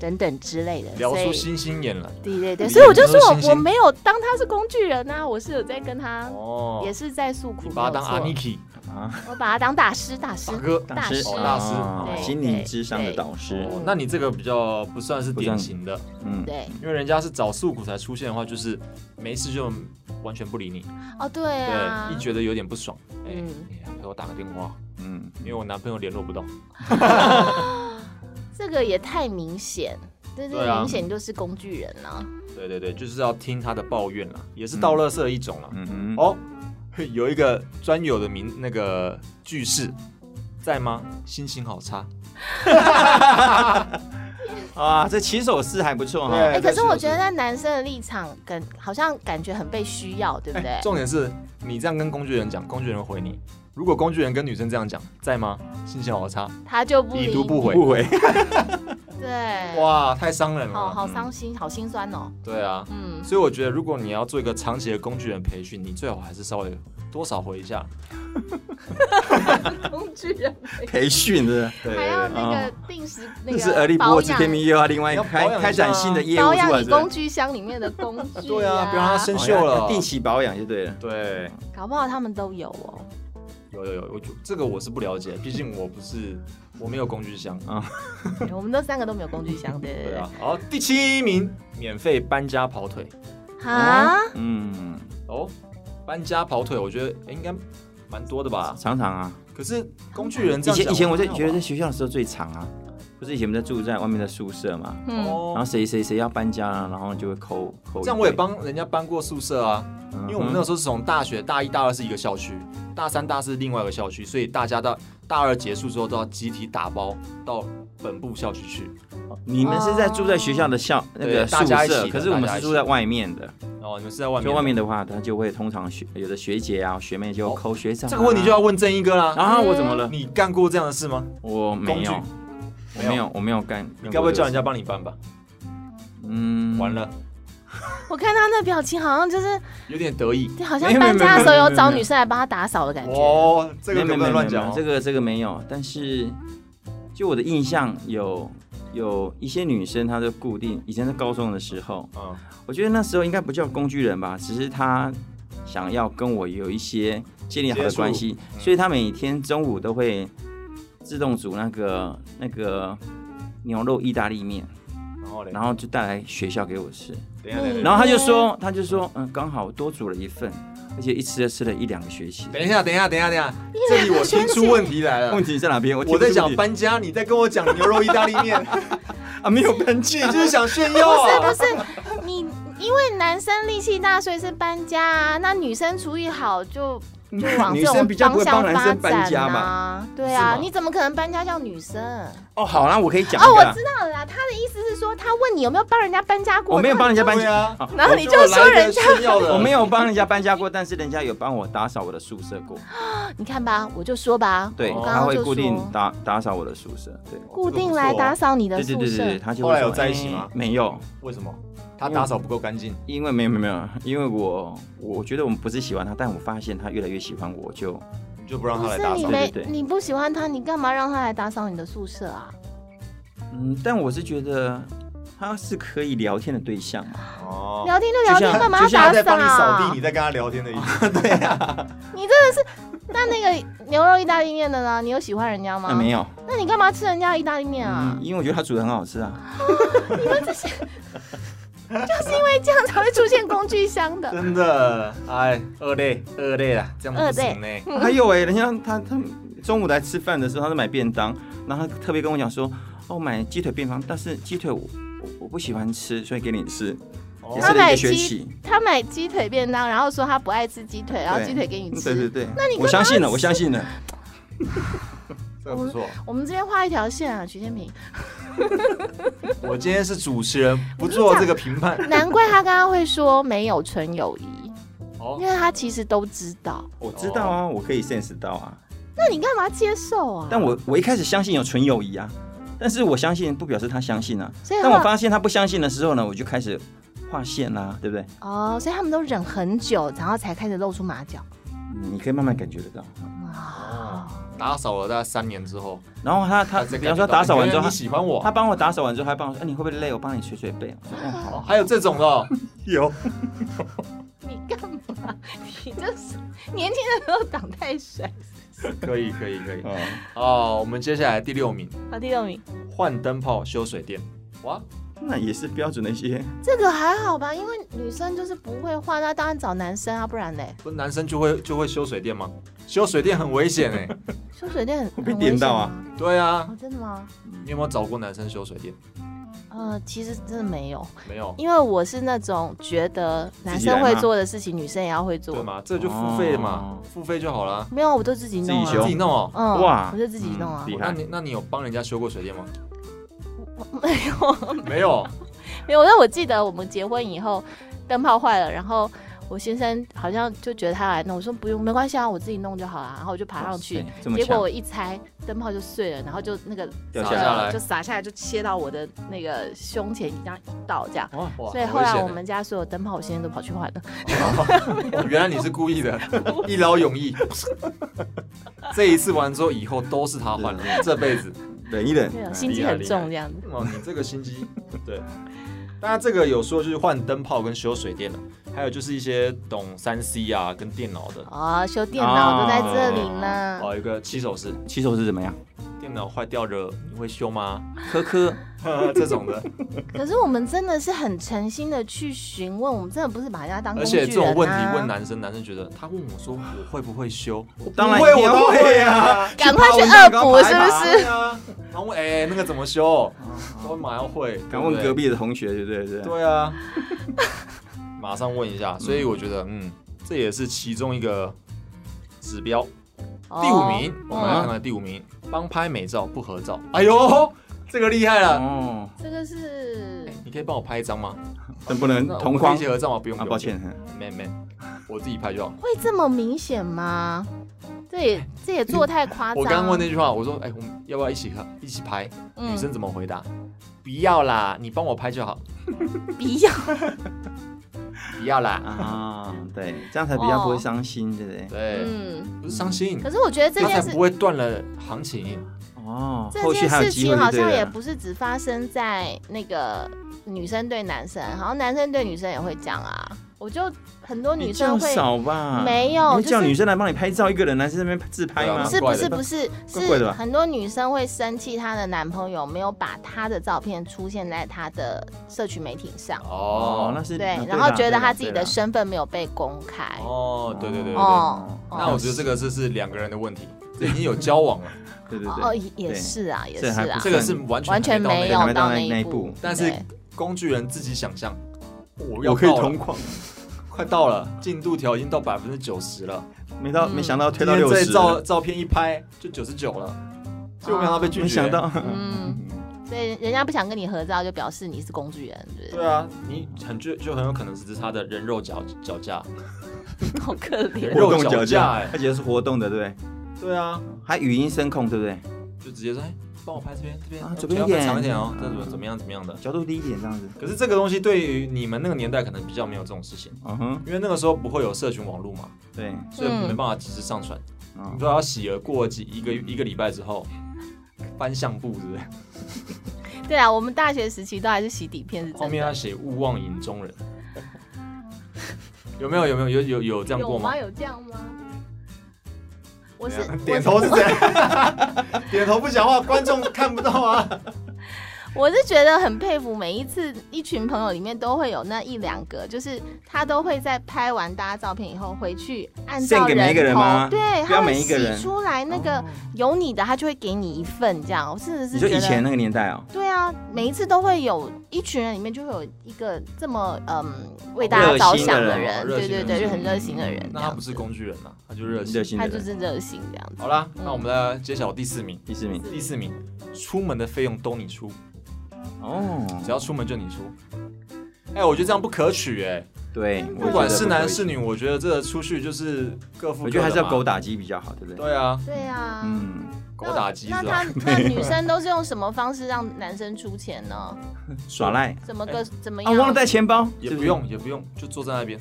Speaker 5: 等等之类的，
Speaker 4: 聊
Speaker 5: 所以
Speaker 4: 出星星眼了。
Speaker 5: 对对对，
Speaker 4: 眼
Speaker 5: 所以我就说
Speaker 4: 中的星
Speaker 5: 我我
Speaker 4: 星
Speaker 5: 没有当他是工具人呐、啊我是有在跟他，
Speaker 4: 哦，
Speaker 5: 也是在诉苦，
Speaker 4: 你把他当
Speaker 5: 没有
Speaker 4: 阿
Speaker 5: 错
Speaker 4: 尼基
Speaker 3: 啊，
Speaker 5: 我把他当大师，大师
Speaker 4: 大哥。
Speaker 5: 大师
Speaker 4: 哦大师
Speaker 3: 啊
Speaker 5: 对
Speaker 3: 心灵智商的导师，
Speaker 4: 哦，那你这个比较不算是典型的，
Speaker 3: 嗯，
Speaker 5: 对，
Speaker 4: 因为人家是找诉苦才出现的话，就是没事就完全不理你，
Speaker 5: 哦对啊
Speaker 4: 对，一，觉得有点不爽，哎、
Speaker 5: 嗯
Speaker 4: 你来陪我打个电话，
Speaker 3: 嗯，
Speaker 4: 因为我男朋友联络不到。
Speaker 5: 这个也太明显，这这
Speaker 4: 对啊
Speaker 5: 明显就是工具人了、啊。
Speaker 4: 对对对，就是要听他的抱怨啦，也是倒垃圾的一种啦。
Speaker 3: 嗯哼，
Speaker 4: 哦， 有一个专有的名那个句式，在吗？心情好差。
Speaker 3: 啊，这起手式还不错哈，
Speaker 4: 对
Speaker 5: 哎、可是我觉
Speaker 4: 这
Speaker 5: 得在男生的立场，感好像感觉很被需要，对不对？
Speaker 4: 哎重点是你这样跟工具人讲，工具人回你。如果工具人跟女生这样讲，在吗？心情好差，
Speaker 5: 他就不
Speaker 4: 已
Speaker 5: 理
Speaker 4: 读不
Speaker 5: 你，
Speaker 4: 回。
Speaker 3: 不回，
Speaker 5: 对，
Speaker 4: 哇，太伤人
Speaker 5: 好
Speaker 4: 了。
Speaker 5: 好伤心，好心酸哦。
Speaker 4: 对啊，
Speaker 5: 嗯，
Speaker 4: 所以我觉得如果你要做一个长期的工具人培训，你最好还是稍微多少回一下。
Speaker 5: 工具人
Speaker 3: 培训的，
Speaker 4: 对
Speaker 5: 还要
Speaker 4: 对
Speaker 5: 那个定时 那
Speaker 3: 这
Speaker 5: 个
Speaker 3: 是俄利
Speaker 5: 保
Speaker 3: 波治
Speaker 5: 养
Speaker 3: 天命又 E 要另外
Speaker 4: 要
Speaker 3: 开
Speaker 4: 保养一下啊
Speaker 3: 开展新的业务
Speaker 5: 保
Speaker 3: 出
Speaker 5: 养
Speaker 3: 来
Speaker 5: 你
Speaker 3: 是吧
Speaker 5: 工，具箱里面的工具、
Speaker 4: 对，对啊，不要让他生
Speaker 3: 哦
Speaker 4: 锈
Speaker 3: 要
Speaker 4: 了。
Speaker 3: 定期保养就对了。
Speaker 4: 对，
Speaker 5: 搞不好他们都有哦。
Speaker 4: 有有有，我就这个我是不了解，毕竟我不是我没有工具箱。
Speaker 5: 哎我们都三个都没有工具箱，对对
Speaker 4: 对
Speaker 5: 对。
Speaker 4: 啊，好，第七名，免费搬家跑腿。
Speaker 5: 啊，
Speaker 3: 嗯，
Speaker 4: 哦，搬家跑腿，我觉得、诶应该蛮多的
Speaker 5: 哦
Speaker 4: 吧。
Speaker 3: 常常啊，
Speaker 4: 可是工具人这
Speaker 3: 以
Speaker 4: 样
Speaker 3: 前
Speaker 4: 讲
Speaker 3: 以前我在
Speaker 4: 还好吧啊
Speaker 3: 觉得在学校的时候最长啊，不是以前我们在住在外面的宿舍嘛，
Speaker 5: 嗯，
Speaker 3: 然后
Speaker 4: 哦，
Speaker 3: 谁谁谁要搬家了，然后就会扣扣一堆。
Speaker 4: 这样我也帮人家搬过宿舍啊，
Speaker 3: 嗯哼，
Speaker 4: 因为我们那时候是从大学大一大二是一个校区，大三大四另外一个校区，所以大家到大二结束之后都要集体打包到本部校区去，
Speaker 3: 你们是在住在学校的校那个宿
Speaker 4: 大家一起
Speaker 3: 舍，
Speaker 4: 的
Speaker 3: 可是我们是住在外面的，
Speaker 4: 然后你们是在外面
Speaker 3: 所
Speaker 4: 的。
Speaker 3: 以外面的话，他就会通常学有的学姐啊、学妹就
Speaker 4: 哦
Speaker 3: 扣学长啊。啊
Speaker 4: 这个问题就要问正一哥啦。
Speaker 3: 啊，我怎么了？
Speaker 4: 你干过这样的事吗？
Speaker 3: 我没有
Speaker 4: 嗯工，
Speaker 3: 我没有，我没有干。
Speaker 4: 你该不会叫人
Speaker 3: 家？
Speaker 4: 家帮你搬吧？
Speaker 3: 嗯，
Speaker 4: 完了，
Speaker 5: 我看他那表情，好像就是
Speaker 4: 有点得意。
Speaker 5: 好像
Speaker 3: 没有
Speaker 5: 搬家的时候
Speaker 3: 没有没有
Speaker 5: 有找
Speaker 3: 没有
Speaker 5: 女生来帮他打扫的感觉。
Speaker 4: 哦，这
Speaker 3: 没有
Speaker 4: 个可不能乱讲
Speaker 3: 没有没有没有
Speaker 4: 哦。
Speaker 3: 这个这个没有。但是就我的印象有。有一些女生，她就固定以前在高中的时候，
Speaker 4: 嗯，
Speaker 3: 我觉得那时候应该不叫工具人吧，只是她想要跟我有一些建立好的关系
Speaker 4: 接，触嗯
Speaker 3: 所以她每天中午都会自动煮那个那个牛肉意大利面，
Speaker 4: 然后嘞，
Speaker 3: 然后就带来学校给我吃。
Speaker 4: 等一下等一下
Speaker 3: 然后他就说，他就说，嗯，刚好我多煮了一份，而且一吃就吃了一两个学期。
Speaker 4: 等一 下，等一下，等一下，等一下，这里我听出问题来了
Speaker 3: 问。题在哪边？我听
Speaker 4: 我
Speaker 3: 不
Speaker 4: 在
Speaker 3: 出
Speaker 4: 讲
Speaker 3: 你
Speaker 4: 搬家，你在跟我讲牛肉意大利面，
Speaker 3: 啊，没有搬
Speaker 4: 你
Speaker 3: 家，
Speaker 4: 就是想炫耀
Speaker 3: 哦
Speaker 4: 啊？
Speaker 5: 不是你，因为男生力气大，所以是搬家啊。那女生厨艺好就就 往
Speaker 3: 女
Speaker 5: 这
Speaker 3: 生
Speaker 5: 种
Speaker 3: 比较不会
Speaker 5: 方
Speaker 3: 帮
Speaker 5: 向
Speaker 3: 男
Speaker 5: 发
Speaker 3: 生搬
Speaker 5: 展
Speaker 3: 家嘛。
Speaker 5: 啊。对
Speaker 4: 是吗
Speaker 5: 啊，你怎么可能搬家叫女生？
Speaker 3: 哦，好，那我可以讲一
Speaker 5: 哦，我
Speaker 3: 个啊
Speaker 5: 知道了啦，他的意思是说，他问你有没有帮人家搬家过？
Speaker 3: 我没有帮人家搬
Speaker 4: 对
Speaker 3: 家，
Speaker 4: 啊，
Speaker 5: 然后你就说人
Speaker 4: 家炫耀的，
Speaker 3: 我没有帮人家搬家过，但是人家有帮我打扫我的宿舍过。
Speaker 5: 那你看吧，我就说吧，
Speaker 3: 对，
Speaker 5: 我刚
Speaker 3: 他
Speaker 5: 哦刚
Speaker 3: 会
Speaker 5: 就
Speaker 3: 固定
Speaker 5: 说
Speaker 3: 打打扫我的宿舍。对，
Speaker 5: 固定来打扫你的
Speaker 3: 对对
Speaker 5: 宿
Speaker 3: 对对
Speaker 5: 舍
Speaker 3: 对，。他就
Speaker 4: 后
Speaker 3: 会
Speaker 4: 来有
Speaker 3: 说
Speaker 4: 在一起
Speaker 3: 哎
Speaker 4: 吗
Speaker 3: 没有，
Speaker 4: 为什么？嗯他打扫不够干净，
Speaker 3: 因为没有没有没有，因为我我觉得我们不是喜欢他，但我发现他越来越喜欢我，就
Speaker 4: 你就不让
Speaker 5: 不
Speaker 4: 他来
Speaker 5: 是
Speaker 4: 打
Speaker 5: 你
Speaker 4: 扫。
Speaker 3: 对
Speaker 5: 没
Speaker 3: 对对
Speaker 5: 你不喜欢他，你干嘛让他来打扫你的宿舍啊？
Speaker 3: 嗯，但我是觉得他是可以聊天的对象嘛。
Speaker 4: 哦，
Speaker 5: 聊天就聊天，
Speaker 3: 就像
Speaker 5: 干嘛
Speaker 4: 就
Speaker 5: 要
Speaker 4: 像他
Speaker 5: 打
Speaker 4: 在帮你扫
Speaker 5: 扫啊
Speaker 4: 地，？你在跟他聊天的意思。
Speaker 5: 你真的是，那那个牛肉意大利面的呢？你有喜欢人家吗？
Speaker 3: 那没有，
Speaker 5: 那你干嘛吃人家的意大利面啊
Speaker 3: 嗯，？因为我觉得他煮的很好吃啊。
Speaker 5: 就是因为这样才会出现工具箱 的。
Speaker 4: 真的，哎，二类，二类啦，这样子不行欸呢。
Speaker 5: 嗯
Speaker 3: 还有哎、人家他他中午来吃饭的时候，他是买便当，然后他特别跟我讲说，哦，买鸡腿便当，但是鸡腿我我我不喜欢吃，所以给你吃，
Speaker 4: 哦
Speaker 3: 也
Speaker 5: 他
Speaker 3: 是了一
Speaker 5: 买
Speaker 3: 个学
Speaker 5: 鸡
Speaker 3: 期。，
Speaker 5: 他买鸡腿便当，然后说他不爱吃鸡腿，然后
Speaker 3: 对
Speaker 5: 鸡腿给你吃。
Speaker 3: 对对对，
Speaker 5: 那你干嘛
Speaker 3: 我相信了，我相信了。
Speaker 4: 这个不错。
Speaker 5: 我们这边画一条线啊，徐建平。
Speaker 4: 我今天是主 持人，不做这个评判。
Speaker 5: 难怪他刚刚会说没有纯友谊，
Speaker 4: 哦
Speaker 5: 因，为他其实都知道。
Speaker 3: 我知道啊，我可以 sense 到啊，
Speaker 5: 那你干嘛接受啊？
Speaker 3: 但我我一开始相信有纯友谊啊，但是我相信不表示他相信啊。
Speaker 5: 所以
Speaker 3: 但我
Speaker 5: 后来
Speaker 3: 发现他不相信的时候呢，我就开始划线啦，对不对？
Speaker 5: 哦，所以他们都忍很久，然后才开始露出马脚。
Speaker 3: 嗯你可以慢慢感觉得到。哦
Speaker 4: 打扫了大概三年之后，
Speaker 3: 然后他他，
Speaker 4: 再
Speaker 3: 比方说打扫完之
Speaker 4: 原来
Speaker 3: 后，
Speaker 4: 你喜欢我
Speaker 3: 他，帮我打扫完之后，还帮我说：“哎、你会不会累？我帮你捶捶背。”我说：“哦，好。
Speaker 4: 哦还有这种的哦，
Speaker 1: 有，
Speaker 5: 你干嘛？你就是年轻的时候挡太帅。
Speaker 4: 可以可以可以。
Speaker 3: 哦
Speaker 4: 哦，我们接下来第六名，
Speaker 5: 好，第六名，
Speaker 4: 换灯泡修水电。哇，”
Speaker 3: 那也是标准的一些，
Speaker 5: 这个还好吧？因为女生就是不会换，那当然找男生啊，不然嘞，
Speaker 4: 不是男生就会就会修水电吗？修水电很危险哎、
Speaker 5: 修水电很
Speaker 3: 我被电到啊！
Speaker 5: 很危险吗
Speaker 4: 对啊
Speaker 5: 哦，，真的吗？
Speaker 4: 你有没有找过男生修水电？
Speaker 5: 呃，其实真的没有，
Speaker 4: 没有，
Speaker 5: 因为我是那种觉得男
Speaker 3: 自己来
Speaker 5: 生
Speaker 3: 嘛
Speaker 5: 会做的事情，女生也要会
Speaker 4: 对
Speaker 5: 做。
Speaker 4: 嘛？这就付费嘛
Speaker 3: 哦，
Speaker 4: 付费就好了。
Speaker 5: 没有，我都自己弄、啊，
Speaker 3: 自己
Speaker 4: 自
Speaker 3: 修
Speaker 4: 己弄哦。
Speaker 5: 嗯，
Speaker 3: 哇
Speaker 5: 我就自己弄啊
Speaker 3: 嗯，厉害
Speaker 4: 那你那你有帮人家修过水电吗？
Speaker 5: 没有，
Speaker 4: 没有，
Speaker 5: 没有。但我记得我们结婚以后，灯泡坏了，然后我先生好像就觉得他来弄，我说不用，没关系啊，我自己弄就好了。然后我就爬上去
Speaker 3: 哇，塞这么
Speaker 5: 结果
Speaker 3: 强
Speaker 5: 我一拆，灯泡就碎了，然后就那个
Speaker 3: 掉
Speaker 5: 呃
Speaker 3: 下
Speaker 4: 来
Speaker 5: 就洒下来，就切到我的那个胸前这样一道这样。
Speaker 3: 哦
Speaker 4: 哇哇
Speaker 5: 所以后来我
Speaker 4: 欸
Speaker 5: 们家所有灯泡，我现在都跑去换了。
Speaker 4: 哦原来你是故意 的，一劳永逸。 这一次完之后，以后都是他换了，这辈子。
Speaker 3: 忍一忍
Speaker 5: 对，啊，
Speaker 3: 嗯
Speaker 5: 心机很重这样子。
Speaker 4: 哦，你这个心机，对。当然，这个有说就是换灯泡跟修水电的，还有就是一些懂三 C 啊跟电脑的。
Speaker 5: 哦，修电脑都在这里呢。
Speaker 4: 哦，有一个起手式，
Speaker 3: 起手是怎么样？
Speaker 4: 电脑坏掉了，你会 修吗？
Speaker 3: 科科，
Speaker 4: 这种的，
Speaker 5: 可是我们真的是很诚心的去询问，我们真的不是把人家当工
Speaker 4: 而
Speaker 5: 具人、
Speaker 4: 且
Speaker 5: 啊、
Speaker 4: 这种问题问男生，男生觉得他问我说我会不会修，
Speaker 3: 当然
Speaker 4: 不会
Speaker 3: 一定要
Speaker 4: 我都会啊，
Speaker 5: 赶快去恶补是不是？嗯
Speaker 4: 对啊，然后问哎、那个怎么修，我马上会，
Speaker 3: 敢问
Speaker 4: 对
Speaker 3: 隔
Speaker 4: 不对？
Speaker 3: 壁的同学，对不对？对不对。
Speaker 4: 对啊， 马上问一下，所以我觉得嗯，这也是其中一个指标。
Speaker 5: 哦
Speaker 4: 第五名，
Speaker 5: 嗯
Speaker 4: 我们来看看第五名，帮拍美照不合照，哎呦，这个厉害了。
Speaker 3: 哦，
Speaker 5: 这个是
Speaker 4: 哎你可以帮我拍一张吗？
Speaker 3: 但不能
Speaker 4: 那我
Speaker 3: 同
Speaker 4: 们可以
Speaker 3: 框
Speaker 4: 一起合照吗？不用，
Speaker 3: 啊，
Speaker 4: 不用
Speaker 3: 抱歉，嗯
Speaker 4: 没没，我自己拍就好。
Speaker 5: 会这么明显吗？这也这也做太夸张。
Speaker 4: 我刚刚问那句话，我说，哎，我们要不要一起喝，一起拍？
Speaker 5: 嗯
Speaker 4: 女生怎么回答？不要啦，你帮我拍就好。
Speaker 5: 鼻痒，
Speaker 4: 不要啦，
Speaker 3: 啊，对，这样才比较不会伤心，对不对？
Speaker 4: 对，
Speaker 5: 嗯，
Speaker 4: 不是伤心，
Speaker 5: 可是我觉得这
Speaker 4: 他才
Speaker 5: 件事
Speaker 4: 不会断了行情。
Speaker 3: 哦，
Speaker 5: 这
Speaker 3: 后续
Speaker 5: 件
Speaker 3: 还有
Speaker 5: 事
Speaker 3: 机会
Speaker 5: 情
Speaker 3: 就
Speaker 5: 好
Speaker 3: 对
Speaker 5: 像也
Speaker 3: 了。
Speaker 5: 不是只发生在那个女生对男生，好像男生对女生也会讲啊。我就很多
Speaker 3: 你
Speaker 5: 女
Speaker 3: 这样
Speaker 5: 生会，
Speaker 3: 少啊吧？
Speaker 5: 没有
Speaker 3: 你会
Speaker 5: 就是
Speaker 3: 叫女生来帮你拍照，一个人男生在那边自拍
Speaker 4: 对啊
Speaker 3: 吗？
Speaker 5: 是不是
Speaker 4: 怪的吧
Speaker 5: 不是
Speaker 3: 怪怪的
Speaker 5: 是
Speaker 3: 吧
Speaker 5: 很多女生会生气她的男朋友没有把她的照片出现在她的社群媒体上，
Speaker 3: 哦，那
Speaker 4: 哦，
Speaker 3: 是
Speaker 5: 对
Speaker 3: 那，
Speaker 5: 然后
Speaker 3: 啦
Speaker 5: 觉
Speaker 3: 对
Speaker 5: 得
Speaker 3: 啦
Speaker 5: 她自己
Speaker 3: 对啦
Speaker 5: 的身份没有被公开。
Speaker 4: 哦，对对对对对。
Speaker 5: 哦，哦
Speaker 4: 那我觉得这个这是两个人的问 题，这已经有交往了，
Speaker 3: 对对
Speaker 5: 哦
Speaker 3: 对，
Speaker 5: 也也
Speaker 3: 对
Speaker 5: 是啊，也
Speaker 3: 这
Speaker 5: 是
Speaker 3: 还
Speaker 5: 啊
Speaker 3: 不，
Speaker 4: 这个是完全
Speaker 5: 完全
Speaker 4: 还到那
Speaker 5: 没
Speaker 4: 个
Speaker 5: 有
Speaker 3: 还没到
Speaker 5: 那
Speaker 3: 那那一
Speaker 5: 一
Speaker 3: 步
Speaker 4: 但是
Speaker 5: 对
Speaker 4: 工具人自己想象，我要
Speaker 3: 我可以
Speaker 4: 到了
Speaker 3: 同框，
Speaker 4: 快到了，进度条已经到百分之九十了，
Speaker 3: 没到
Speaker 5: 嗯
Speaker 3: 没想到 推
Speaker 4: 今
Speaker 3: 到
Speaker 4: 天
Speaker 3: 六
Speaker 4: 这
Speaker 3: 十，啊
Speaker 4: 照照片一拍就九十九了，结果没想到被拒绝。
Speaker 3: 没想到
Speaker 5: 嗯，所以人家不想跟你合照，就表示你是工具人，对不
Speaker 4: 对啊，你很就就很有可能是他的人肉脚脚架，
Speaker 5: 对？ 好可
Speaker 4: 人
Speaker 5: 怜。
Speaker 3: 活
Speaker 4: 肉
Speaker 3: 动
Speaker 4: 脚
Speaker 3: 脚
Speaker 4: 架
Speaker 3: 架
Speaker 4: 哎，
Speaker 3: 而且是活动的，对不对？
Speaker 4: 对啊，
Speaker 3: 还语音声控，对不对？
Speaker 4: 就直接说，哎，帮我拍这边这边
Speaker 3: 啊，左边一
Speaker 4: 腿
Speaker 3: 点
Speaker 4: 要长一点哦，这怎么怎么样怎么样的。
Speaker 3: 角度低一点这样子，
Speaker 4: 可是这个东西对于你们那个年代可能比较没有这种事情，
Speaker 3: 嗯哼，
Speaker 4: 因为那个时候不会有社群网络嘛，
Speaker 3: 对，
Speaker 4: 所以没办法及时上传。你
Speaker 3: 嗯
Speaker 4: 都要洗而过几一个一个礼拜之后翻相簿，是不是？
Speaker 5: 对啊，我们大学时期都还是洗底片是
Speaker 4: 后
Speaker 5: 真的。
Speaker 4: 面要写勿忘影中人，有没有？有没有？有有有这样过
Speaker 5: 有
Speaker 4: 吗
Speaker 5: 吗？？有这样吗？我是
Speaker 4: 怎样
Speaker 5: 我
Speaker 4: 点
Speaker 5: 是
Speaker 4: 头是这样， 点头不讲话，观众看不到啊。
Speaker 5: 我是觉得很佩服，每一次一群朋友里面都会有那一两个，就是他都会在拍完大家照片以后回去按照
Speaker 3: Send 给每一个人
Speaker 5: 头
Speaker 3: 吗
Speaker 5: 对，
Speaker 3: 不要
Speaker 5: 他会
Speaker 3: 每一个人
Speaker 5: 洗出来那
Speaker 4: 哦
Speaker 5: 个有你的，他就会给你一份这样。我真的是
Speaker 3: 你说
Speaker 5: 觉
Speaker 3: 以
Speaker 5: 得
Speaker 3: 前那个年代哦，
Speaker 5: 对啊，每一次都会有一群人里面就会有一个这么嗯为大家着想的人，
Speaker 4: 热
Speaker 5: 对
Speaker 4: 心的
Speaker 5: 对
Speaker 4: 人
Speaker 5: 对，
Speaker 4: 热心的人嗯
Speaker 5: 就很热心的人这
Speaker 4: 那他
Speaker 5: 样
Speaker 4: 不
Speaker 5: 子，
Speaker 4: 是工具人啊，他就热
Speaker 3: 热
Speaker 4: 心。
Speaker 3: 心
Speaker 5: 他
Speaker 3: 的
Speaker 5: 就
Speaker 3: 人，
Speaker 5: 是热心这样子。
Speaker 4: 好啦，那我们来揭晓第四名。
Speaker 3: 第四名
Speaker 4: 第四名，出门的费用都你出，
Speaker 3: 哦，
Speaker 4: 只要出门就你出。哎、我觉得这样不可取哎、
Speaker 3: 对，我
Speaker 4: 不管
Speaker 3: 觉得
Speaker 4: 是
Speaker 3: 不可
Speaker 4: 男
Speaker 3: 以
Speaker 4: 是，女，我觉得这个出去就是各付各的嘛。
Speaker 3: 我觉得还是要狗打鸡比较好，对不对？
Speaker 4: 对啊，
Speaker 5: 对啊，
Speaker 3: 嗯，
Speaker 4: 狗打鸡是
Speaker 5: 那
Speaker 4: 吧
Speaker 5: 他？ 那女生都是用什么方式让男生出钱呢？
Speaker 3: 耍赖
Speaker 5: 怎么
Speaker 4: 哎
Speaker 5: 个怎么
Speaker 3: 啊，
Speaker 5: 样？
Speaker 3: 忘了带钱包，
Speaker 4: 也
Speaker 3: 是
Speaker 4: 不
Speaker 3: 是，
Speaker 4: 用也不用，就坐在那边，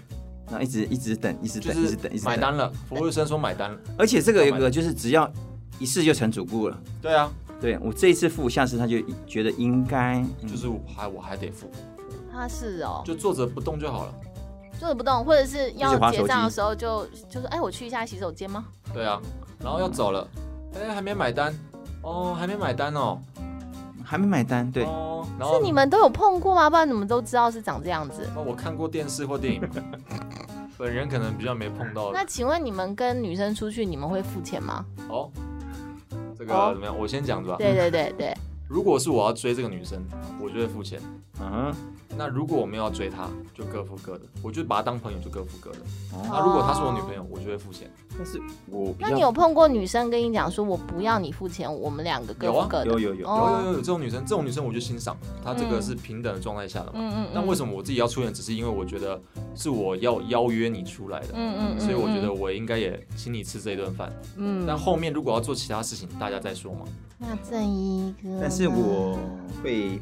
Speaker 3: 然后一直一直等，一直
Speaker 4: 就
Speaker 3: 等，一直
Speaker 4: 是
Speaker 3: 等，一直
Speaker 4: 买
Speaker 3: 等，
Speaker 4: 单了，服务生说买单了。
Speaker 3: 而且这个有一个就是只要一次就成主顾了。
Speaker 4: 对啊，
Speaker 3: 对我这一次付，下次他就觉得应该嗯
Speaker 4: 就是我还我还得付，
Speaker 5: 他是哦，
Speaker 4: 就坐着不动就好了。
Speaker 5: 坐着不动，或者是
Speaker 3: 一直
Speaker 5: 要
Speaker 3: 滑
Speaker 5: 结
Speaker 3: 手
Speaker 5: 账
Speaker 3: 机
Speaker 5: 的时候就就说，哎，我去一下洗手间吗？
Speaker 4: 对啊，然后要走了，哎，还没买单，哦，还没买单哦，
Speaker 3: 还没买单，对，
Speaker 4: 哦，然后
Speaker 5: 是你们都有碰过吗？不然你们都知道是长这样子。
Speaker 4: 哦我看过电视或 电影嘛，本人可能比较没碰到
Speaker 5: 那请问你们跟女生出去，你们会付钱吗？
Speaker 4: 哦。这个
Speaker 5: 哦
Speaker 4: 怎么样？我先讲吧。
Speaker 5: 对对对 对，
Speaker 4: 如果是我要追这个女生，我就会付钱。
Speaker 3: 嗯，
Speaker 4: 那如果我没有要追她，就各付各的，我就把她当朋友，就各付各的。
Speaker 3: 哦，
Speaker 4: 那如果她是我女朋友，我就会付钱。
Speaker 3: 但是我比
Speaker 5: 那你
Speaker 3: 较
Speaker 5: 有碰过女生跟你讲说，我不要你付钱，我们两个各
Speaker 4: 有啊
Speaker 5: 付各的？
Speaker 3: 有有有，
Speaker 4: 有有
Speaker 5: 哦，
Speaker 4: 有有这种女生，这种女生我就欣赏，她这个是平等的状态下的嘛。
Speaker 5: 嗯嗯，
Speaker 4: 但为
Speaker 5: 么？
Speaker 4: 什么我自己要出演，只是因为我觉得是我要邀约你出来的，
Speaker 5: 嗯嗯嗯，
Speaker 4: 所以我觉得
Speaker 5: 嗯，
Speaker 4: 我应该也请你吃这一顿饭。但
Speaker 5: 嗯，
Speaker 4: 后面如果要做其他事情，大家再说嘛。
Speaker 5: 那正一哥呢，
Speaker 3: 但是我会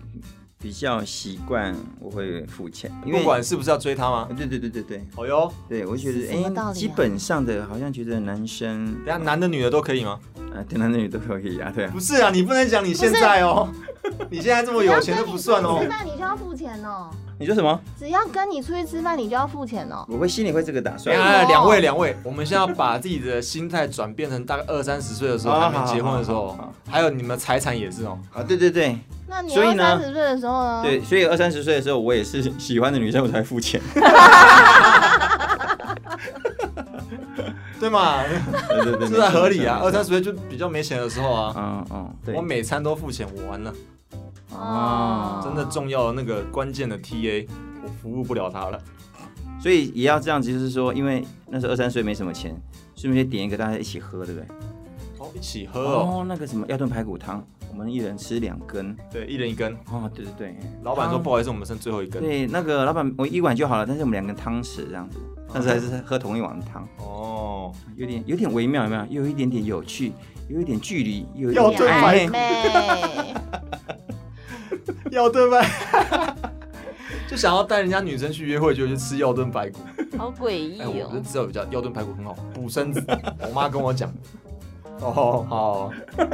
Speaker 3: 比较习惯我会付钱，因为
Speaker 4: 不管是不是要追她吗？
Speaker 3: 对对对对对
Speaker 4: 好哦哟，
Speaker 3: 对，我觉得
Speaker 5: 什么道理啊
Speaker 3: 基本上的好像觉得男生
Speaker 4: 等下男的女的都可以吗？
Speaker 3: 啊，对男男女都可以啊，对啊
Speaker 4: 不，是啊，你不能讲你现在哦，你现在这么有钱就不算哦
Speaker 5: 只要跟你出去吃。饭你就要付钱哦，
Speaker 3: 你说什么？
Speaker 5: 只要跟你出去吃饭你就要付钱哦。
Speaker 3: 我会心里会这个打
Speaker 4: 等
Speaker 3: 算
Speaker 4: 一下，
Speaker 5: 哎
Speaker 4: 等
Speaker 5: 哦
Speaker 4: 一下两位两位，我们现在要把自己的心态转变成大概二三十岁的时候，
Speaker 3: 哦
Speaker 4: 还没结婚的时
Speaker 3: 好好好
Speaker 4: 候
Speaker 3: 好，
Speaker 4: 还有你们财产也是哦。
Speaker 3: 啊，对对 对
Speaker 5: 那你
Speaker 3: 所以
Speaker 5: 要
Speaker 3: 呢
Speaker 5: 三十岁的时候呢？
Speaker 3: 对，所以二三十岁的时候，我也是 喜欢的女生我才付钱，
Speaker 4: 对 嘛？
Speaker 3: 对对对，
Speaker 4: 这才合理啊！
Speaker 3: 没错
Speaker 4: 二三十岁就比较没钱的时候啊，
Speaker 3: 嗯嗯，对
Speaker 4: 我，每餐都付钱，我完了，
Speaker 5: 哦，
Speaker 4: 真的重要的那个关键的 TA，我服务不了他了。
Speaker 3: 所以也要这样子，就是说，因为那时候二三岁没什么钱，顺便点一个大家一起喝，对不对？
Speaker 4: 哦，一起喝哦，，
Speaker 3: 那个什么药炖排骨汤，我们一人吃两根。
Speaker 4: 对，一人一根。
Speaker 3: 哦，对对对，
Speaker 4: 老板说
Speaker 5: 哦
Speaker 3: 汤
Speaker 4: 不好意思，我们剩最后一根。
Speaker 3: 对，哦那个老板我一碗就好了，但是我们两根汤匙这样子，但是还是喝同一碗汤。
Speaker 4: 哦，哦，
Speaker 3: 有点有点微妙，有没有？又有一点点有趣，有一点距离，有一
Speaker 4: 要
Speaker 3: 点
Speaker 4: 对
Speaker 3: 暧昧
Speaker 5: 哎
Speaker 2: 暧。昧，
Speaker 4: 要炖白， 就想要带人家女生去约会，就去吃药炖排骨。
Speaker 5: 好诡异
Speaker 4: 哎，我不是
Speaker 5: 哦。
Speaker 4: 知道有家药炖排骨很好补 身子，我妈跟我讲。哦，好，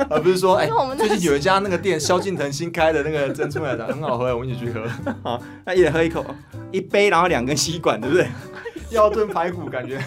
Speaker 4: 而不是说，哎、
Speaker 5: 那我们那
Speaker 4: 最近有一家那个店，萧敬腾新开的那个珍珠奶茶很好喝，我们一起去喝。
Speaker 3: 好，那一人喝一口，一杯，然后两根吸管，对不对？
Speaker 4: 药炖排骨 感觉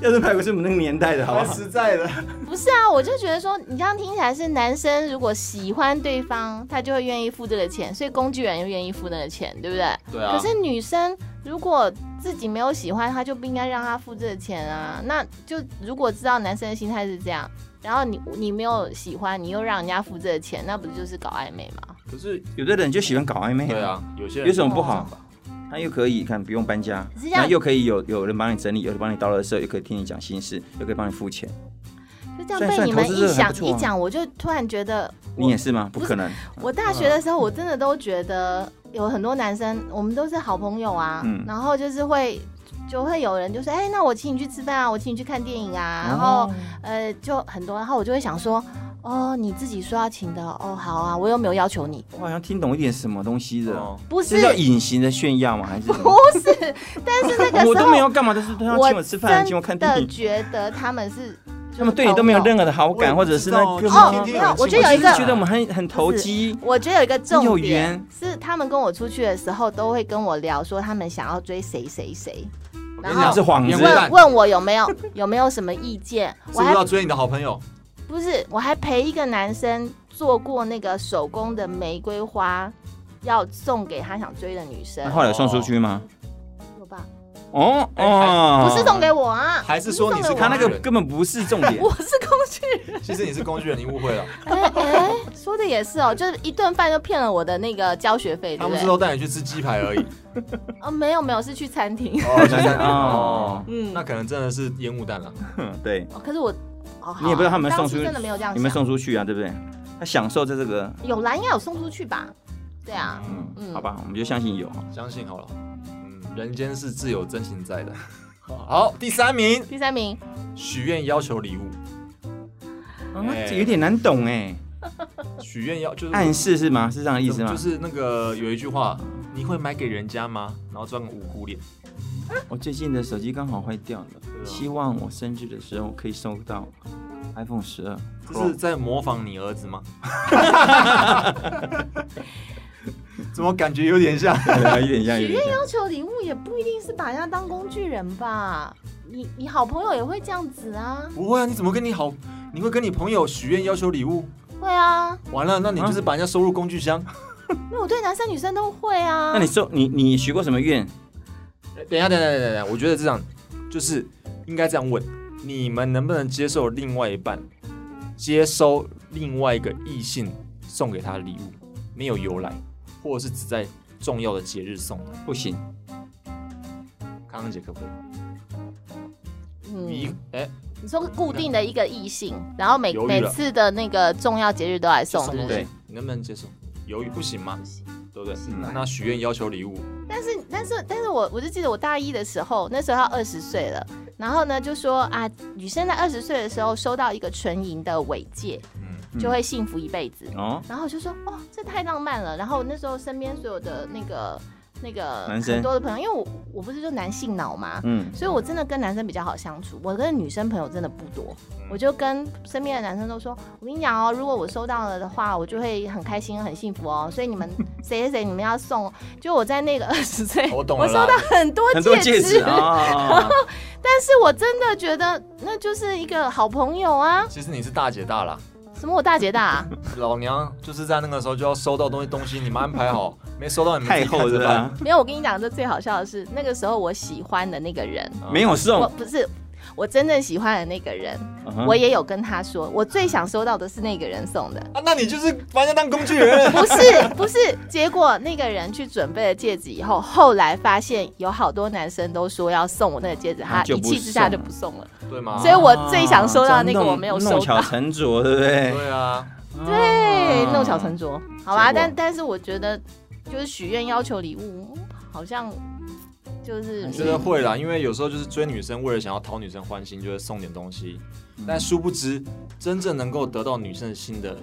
Speaker 3: 要是排骨是我们那个年代的，好不
Speaker 4: 蛮
Speaker 3: 好？
Speaker 4: 实在的。
Speaker 5: 不是啊，我就觉得说，你这样听起来是男生如果喜欢对方，他就会愿意付这个钱，所以工具人又愿意付那个钱，对不对？
Speaker 4: 对
Speaker 3: 啊
Speaker 4: 啊
Speaker 5: 可是女生如果自己没有喜欢，她就不应该让他付这个钱啊。那就如果知道男生的心态是这样，然后你你没有喜欢，你又让人家付这个钱，那不就是搞暧昧吗？
Speaker 4: 可是，
Speaker 3: 有的人就喜欢搞暧昧，
Speaker 4: 对，啊，有些人
Speaker 3: 有什么不
Speaker 5: 哦
Speaker 3: 好？他又可以看不用搬家
Speaker 5: 可是，这样啊
Speaker 3: 然后又可以有有人帮你整理，有人帮你倒垃圾，又可以听你讲心事，又可以帮你付钱。
Speaker 5: 就这样
Speaker 3: 算
Speaker 5: 被你
Speaker 3: 算
Speaker 5: 们
Speaker 3: 投资
Speaker 5: 一
Speaker 3: 这个还
Speaker 5: 想
Speaker 3: 不错啊
Speaker 5: 一讲，我就突然觉得我
Speaker 3: 你也是吗？不
Speaker 5: 不是
Speaker 3: 可能。
Speaker 5: 我大学的时候，我真的都觉得有很多男生，我们都是好朋友啊，
Speaker 3: 嗯
Speaker 5: 然后就是会就会有人就说，哎、那我请你去吃饭啊，我请你去看电影啊，然
Speaker 3: 哦
Speaker 5: 后呃就很多，然后我就会想说，哦，你自己说要请的，哦，好啊，我又没有要求你，
Speaker 3: 我好像听懂一点什么东西的，
Speaker 4: 哦
Speaker 5: 不
Speaker 3: 这
Speaker 5: 是
Speaker 3: 叫隐形的炫耀吗？还是什么？
Speaker 5: 不是，但是那 个时候
Speaker 3: 我都没有干嘛，但是他要请我吃饭，请我看
Speaker 5: 真
Speaker 3: 电
Speaker 5: 的
Speaker 3: 影，
Speaker 5: 觉得他们是，
Speaker 3: 他们对你都没有任何的好感，
Speaker 4: 我
Speaker 3: 或
Speaker 4: 也不
Speaker 3: 者
Speaker 4: 知
Speaker 3: 是
Speaker 4: 道
Speaker 3: 那个
Speaker 4: 就
Speaker 5: 哦
Speaker 4: 是
Speaker 3: 吗
Speaker 4: 天天
Speaker 5: 没有
Speaker 4: 人
Speaker 5: 我
Speaker 4: 请
Speaker 5: 觉得有
Speaker 3: 我
Speaker 5: 一
Speaker 3: 只
Speaker 5: 个
Speaker 3: 是觉得我们很很投机，
Speaker 5: 我觉得有一个
Speaker 3: 很
Speaker 5: 重
Speaker 3: 有
Speaker 5: 点
Speaker 3: 缘
Speaker 5: 是，他们跟我出去的时候都会跟我聊说他们想要追谁谁谁，
Speaker 4: 我
Speaker 5: 然
Speaker 4: 跟
Speaker 5: 后
Speaker 4: 你讲
Speaker 3: 是幌
Speaker 4: 烟
Speaker 3: 子
Speaker 4: 雾弹
Speaker 5: 问问我有没有 有没有什么意见，我
Speaker 4: 是不是
Speaker 5: 还
Speaker 4: 要追你的好朋友？
Speaker 5: 不是我还陪一个男生做过那个手工的玫瑰花，要送给他想追的女生
Speaker 3: 那，后来有送出去吗？
Speaker 5: 有吧？
Speaker 3: 哦
Speaker 4: 哎
Speaker 3: 哦，
Speaker 5: 不是送给我啊，
Speaker 4: 还是说你是
Speaker 5: 不送给我
Speaker 3: 他
Speaker 5: 啊。
Speaker 3: 那个根本不是重点
Speaker 5: 我是工具人，
Speaker 4: 其实你是工具人，你误会了。
Speaker 5: 哎哎，说的也是哦，就是一顿饭就骗了我的那个交学费，对
Speaker 4: 他
Speaker 5: 不
Speaker 4: 们是
Speaker 5: 对？
Speaker 4: 都带你去吃鸡排而已。
Speaker 5: 哦，没有没有，是去餐 厅。
Speaker 4: 哦，就这样
Speaker 3: 哦
Speaker 4: 哦，
Speaker 5: 嗯，
Speaker 4: 那可能真的是烟雾弹了。
Speaker 3: 哼对，
Speaker 5: 哦可是我，哦，好啊
Speaker 3: 你也不知道他们送
Speaker 5: 当
Speaker 3: 出
Speaker 5: 初真的没有这样想，
Speaker 3: 你们送出去啊，对不对？他享受在这个，
Speaker 5: 有啦，应该有送出去吧？对啊，
Speaker 3: 嗯，
Speaker 5: 嗯
Speaker 3: 好吧，我们就相信有。
Speaker 4: 相信好了，嗯，人间是自有真情在的。好，第三名，
Speaker 5: 第三名，
Speaker 4: 许愿要求礼物，
Speaker 3: 啊
Speaker 4: 哎
Speaker 3: 这有点难懂哎，
Speaker 4: 许愿要就是
Speaker 3: 暗示是吗？是这样的意思吗
Speaker 4: 就？是那个有一句话，你会买给人家吗？然后装个无辜脸，
Speaker 3: 我最近的手机刚好坏掉了，
Speaker 4: 啊
Speaker 3: 希望我生日的时候可以收到 iPhone 十二。
Speaker 4: 这
Speaker 5: 哦
Speaker 4: 是在模仿你儿 子吗？怎么感觉有点像？
Speaker 3: 有点像，
Speaker 5: 许
Speaker 3: 有点
Speaker 5: 愿
Speaker 3: 像。
Speaker 5: 要求礼物也不一定是把人家当工具人吧？你你好朋友也会这样子啊？
Speaker 4: 不会啊，你怎么跟你好？你会跟你朋友许愿要求礼物？
Speaker 5: 会啊，
Speaker 4: 完了，那你就是把人家收入工具箱。
Speaker 5: 因为我对男生女生都会啊。
Speaker 3: 那你收你你许过什么愿？
Speaker 4: 等一下，等一下，等一下等一下，我觉得这样就是应该这样问：你们能不能接受另外一半接收另外一个异性送给他的礼物，没有由来，或者是只在重要的节日送？
Speaker 3: 不行，
Speaker 4: 康康姐可不可以？
Speaker 5: 嗯
Speaker 4: 你，哎、
Speaker 5: 你说固定的一个异性，然后每
Speaker 4: 犹豫
Speaker 5: 每
Speaker 4: 了
Speaker 5: 次的那个重要节日都来送，
Speaker 4: 送
Speaker 5: 对不
Speaker 4: 东
Speaker 5: 对
Speaker 4: 西？，你能不能接受？犹豫不行吗？对不啊对？
Speaker 3: 行
Speaker 4: 那许愿要求礼物，
Speaker 5: 但是但是但是我我就记得我大一的时候，那时候要二十岁了，然后呢就说啊，女生在二十岁的时候收到一个纯银的尾戒，
Speaker 4: 嗯，
Speaker 3: 嗯
Speaker 5: 就会幸福一辈子。
Speaker 3: 哦，
Speaker 5: 然后我就说哦，这太浪漫了。然后那时候身边所有的那个那个
Speaker 3: 男生
Speaker 5: 很多的朋友，因为我我不是就男性脑嘛，
Speaker 3: 嗯，
Speaker 5: 所以我真的跟男生比较好相处，我跟女生朋友真的不多
Speaker 4: 嗯。
Speaker 5: 我就跟身边的男生都说，我跟你讲哦，如果我收到了的话，我就会很开心很幸福哦。所以 你们谁谁谁你们要送哦，就我在那个二 十岁，
Speaker 4: 我懂了
Speaker 5: 收
Speaker 4: 啦
Speaker 5: 到很多
Speaker 3: 很多戒指
Speaker 5: 戒
Speaker 3: 啊，
Speaker 5: 但是我真的觉得那就是一个好朋友啊。
Speaker 4: 其实你是大姐大啦，
Speaker 5: 什么我大姐大、啊，
Speaker 4: 老娘就是在那个时候就要收到东西，东西你们安 排好，没收到你们自
Speaker 3: 太
Speaker 4: 己看
Speaker 3: 厚
Speaker 4: 着
Speaker 3: 了
Speaker 4: 办。
Speaker 3: 啊，
Speaker 5: 没有，我跟你讲，这最好笑的是那个时候我喜欢的那个人，
Speaker 3: 没有
Speaker 5: 我
Speaker 3: 送。
Speaker 5: 不是我真正喜欢的那个人，
Speaker 3: 嗯哼
Speaker 5: 我也有跟他说，我最想收到的是那个人送的，
Speaker 4: 啊，那你就是把人家当工具 人。
Speaker 5: 不是 不是。结果那个人去准备了戒指以后，后来发现有好多男生都说要送我那个戒指，
Speaker 3: 啊
Speaker 5: 他
Speaker 3: 就
Speaker 5: 一
Speaker 3: 不
Speaker 5: 气之下
Speaker 3: 送
Speaker 5: 就
Speaker 3: 了
Speaker 5: 不送了。
Speaker 4: 对吗？
Speaker 5: 所以我最想收到那个
Speaker 3: 啊
Speaker 5: 我没有收到
Speaker 3: 弄巧成拙，对不对？
Speaker 4: 对啊，
Speaker 5: 嗯对，
Speaker 3: 啊
Speaker 5: 弄巧成拙，好
Speaker 3: 结果
Speaker 5: 吧。但但是我觉得，就是许愿要求礼物，好像就是
Speaker 4: 我觉得会啦，因为有时候就是追女生，为了想要讨女生欢心，就会送点东西，
Speaker 3: 嗯
Speaker 4: 但殊不知，真正能够得到女生的心的，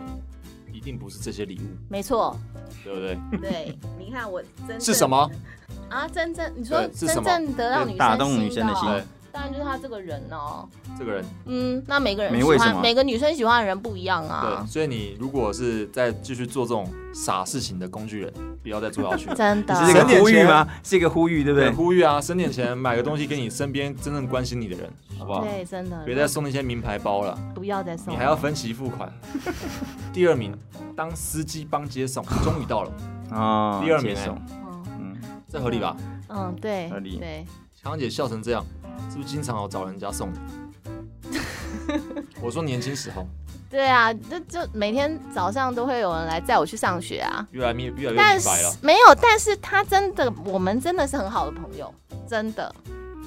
Speaker 4: 一定不是这些礼物，
Speaker 5: 没错，
Speaker 4: 对不对？
Speaker 5: 对，你看我真正
Speaker 4: 是什么？
Speaker 5: 啊？真正你说
Speaker 4: 对是
Speaker 5: 真
Speaker 4: 什么
Speaker 5: 正得到
Speaker 3: 对
Speaker 5: 女
Speaker 3: 打动女生
Speaker 5: 生
Speaker 3: 的
Speaker 5: 哦
Speaker 3: 心
Speaker 4: 对，
Speaker 5: 当然就是他这个人哦。
Speaker 4: 这个人
Speaker 5: 嗯，那每个人
Speaker 3: 没
Speaker 5: 喜
Speaker 3: 为什
Speaker 5: 欢
Speaker 3: 么
Speaker 5: 每个女生喜欢的人不一样
Speaker 4: 对，
Speaker 5: 啊，
Speaker 4: 所以你如果是再继续做这种傻事情的工具人，不要再做下去了。
Speaker 5: 真
Speaker 3: 这是一
Speaker 5: 的。
Speaker 4: 省
Speaker 3: 个
Speaker 4: 点
Speaker 3: 呼吁
Speaker 4: 钱
Speaker 3: 吗？是一个呼吁， 对不对？
Speaker 4: 呼吁啊，省点钱买个东西给你身边真正关心你的人，好不好？
Speaker 5: 对，真的，
Speaker 4: 别再送那些名牌包了，
Speaker 5: 不要再送
Speaker 4: 你
Speaker 5: 了，
Speaker 4: 还要分期付款。 第二名，当司机帮接送，终于到了，
Speaker 3: 哦，
Speaker 4: 第二名
Speaker 3: 接受
Speaker 5: 嗯
Speaker 3: 嗯，
Speaker 4: 这合理吧？
Speaker 5: 嗯，对
Speaker 3: 合理，
Speaker 5: 对，
Speaker 4: 强姐笑成这样，是不是经常有找人 家送你？我说年轻时候，
Speaker 5: 对啊，就就每天早上都会有人来载我去上学啊，
Speaker 4: 越来越越来越
Speaker 5: 但
Speaker 4: 明
Speaker 5: 是
Speaker 4: 白了。
Speaker 5: 没有，但是他真的，我们真的是很好的朋友，真的，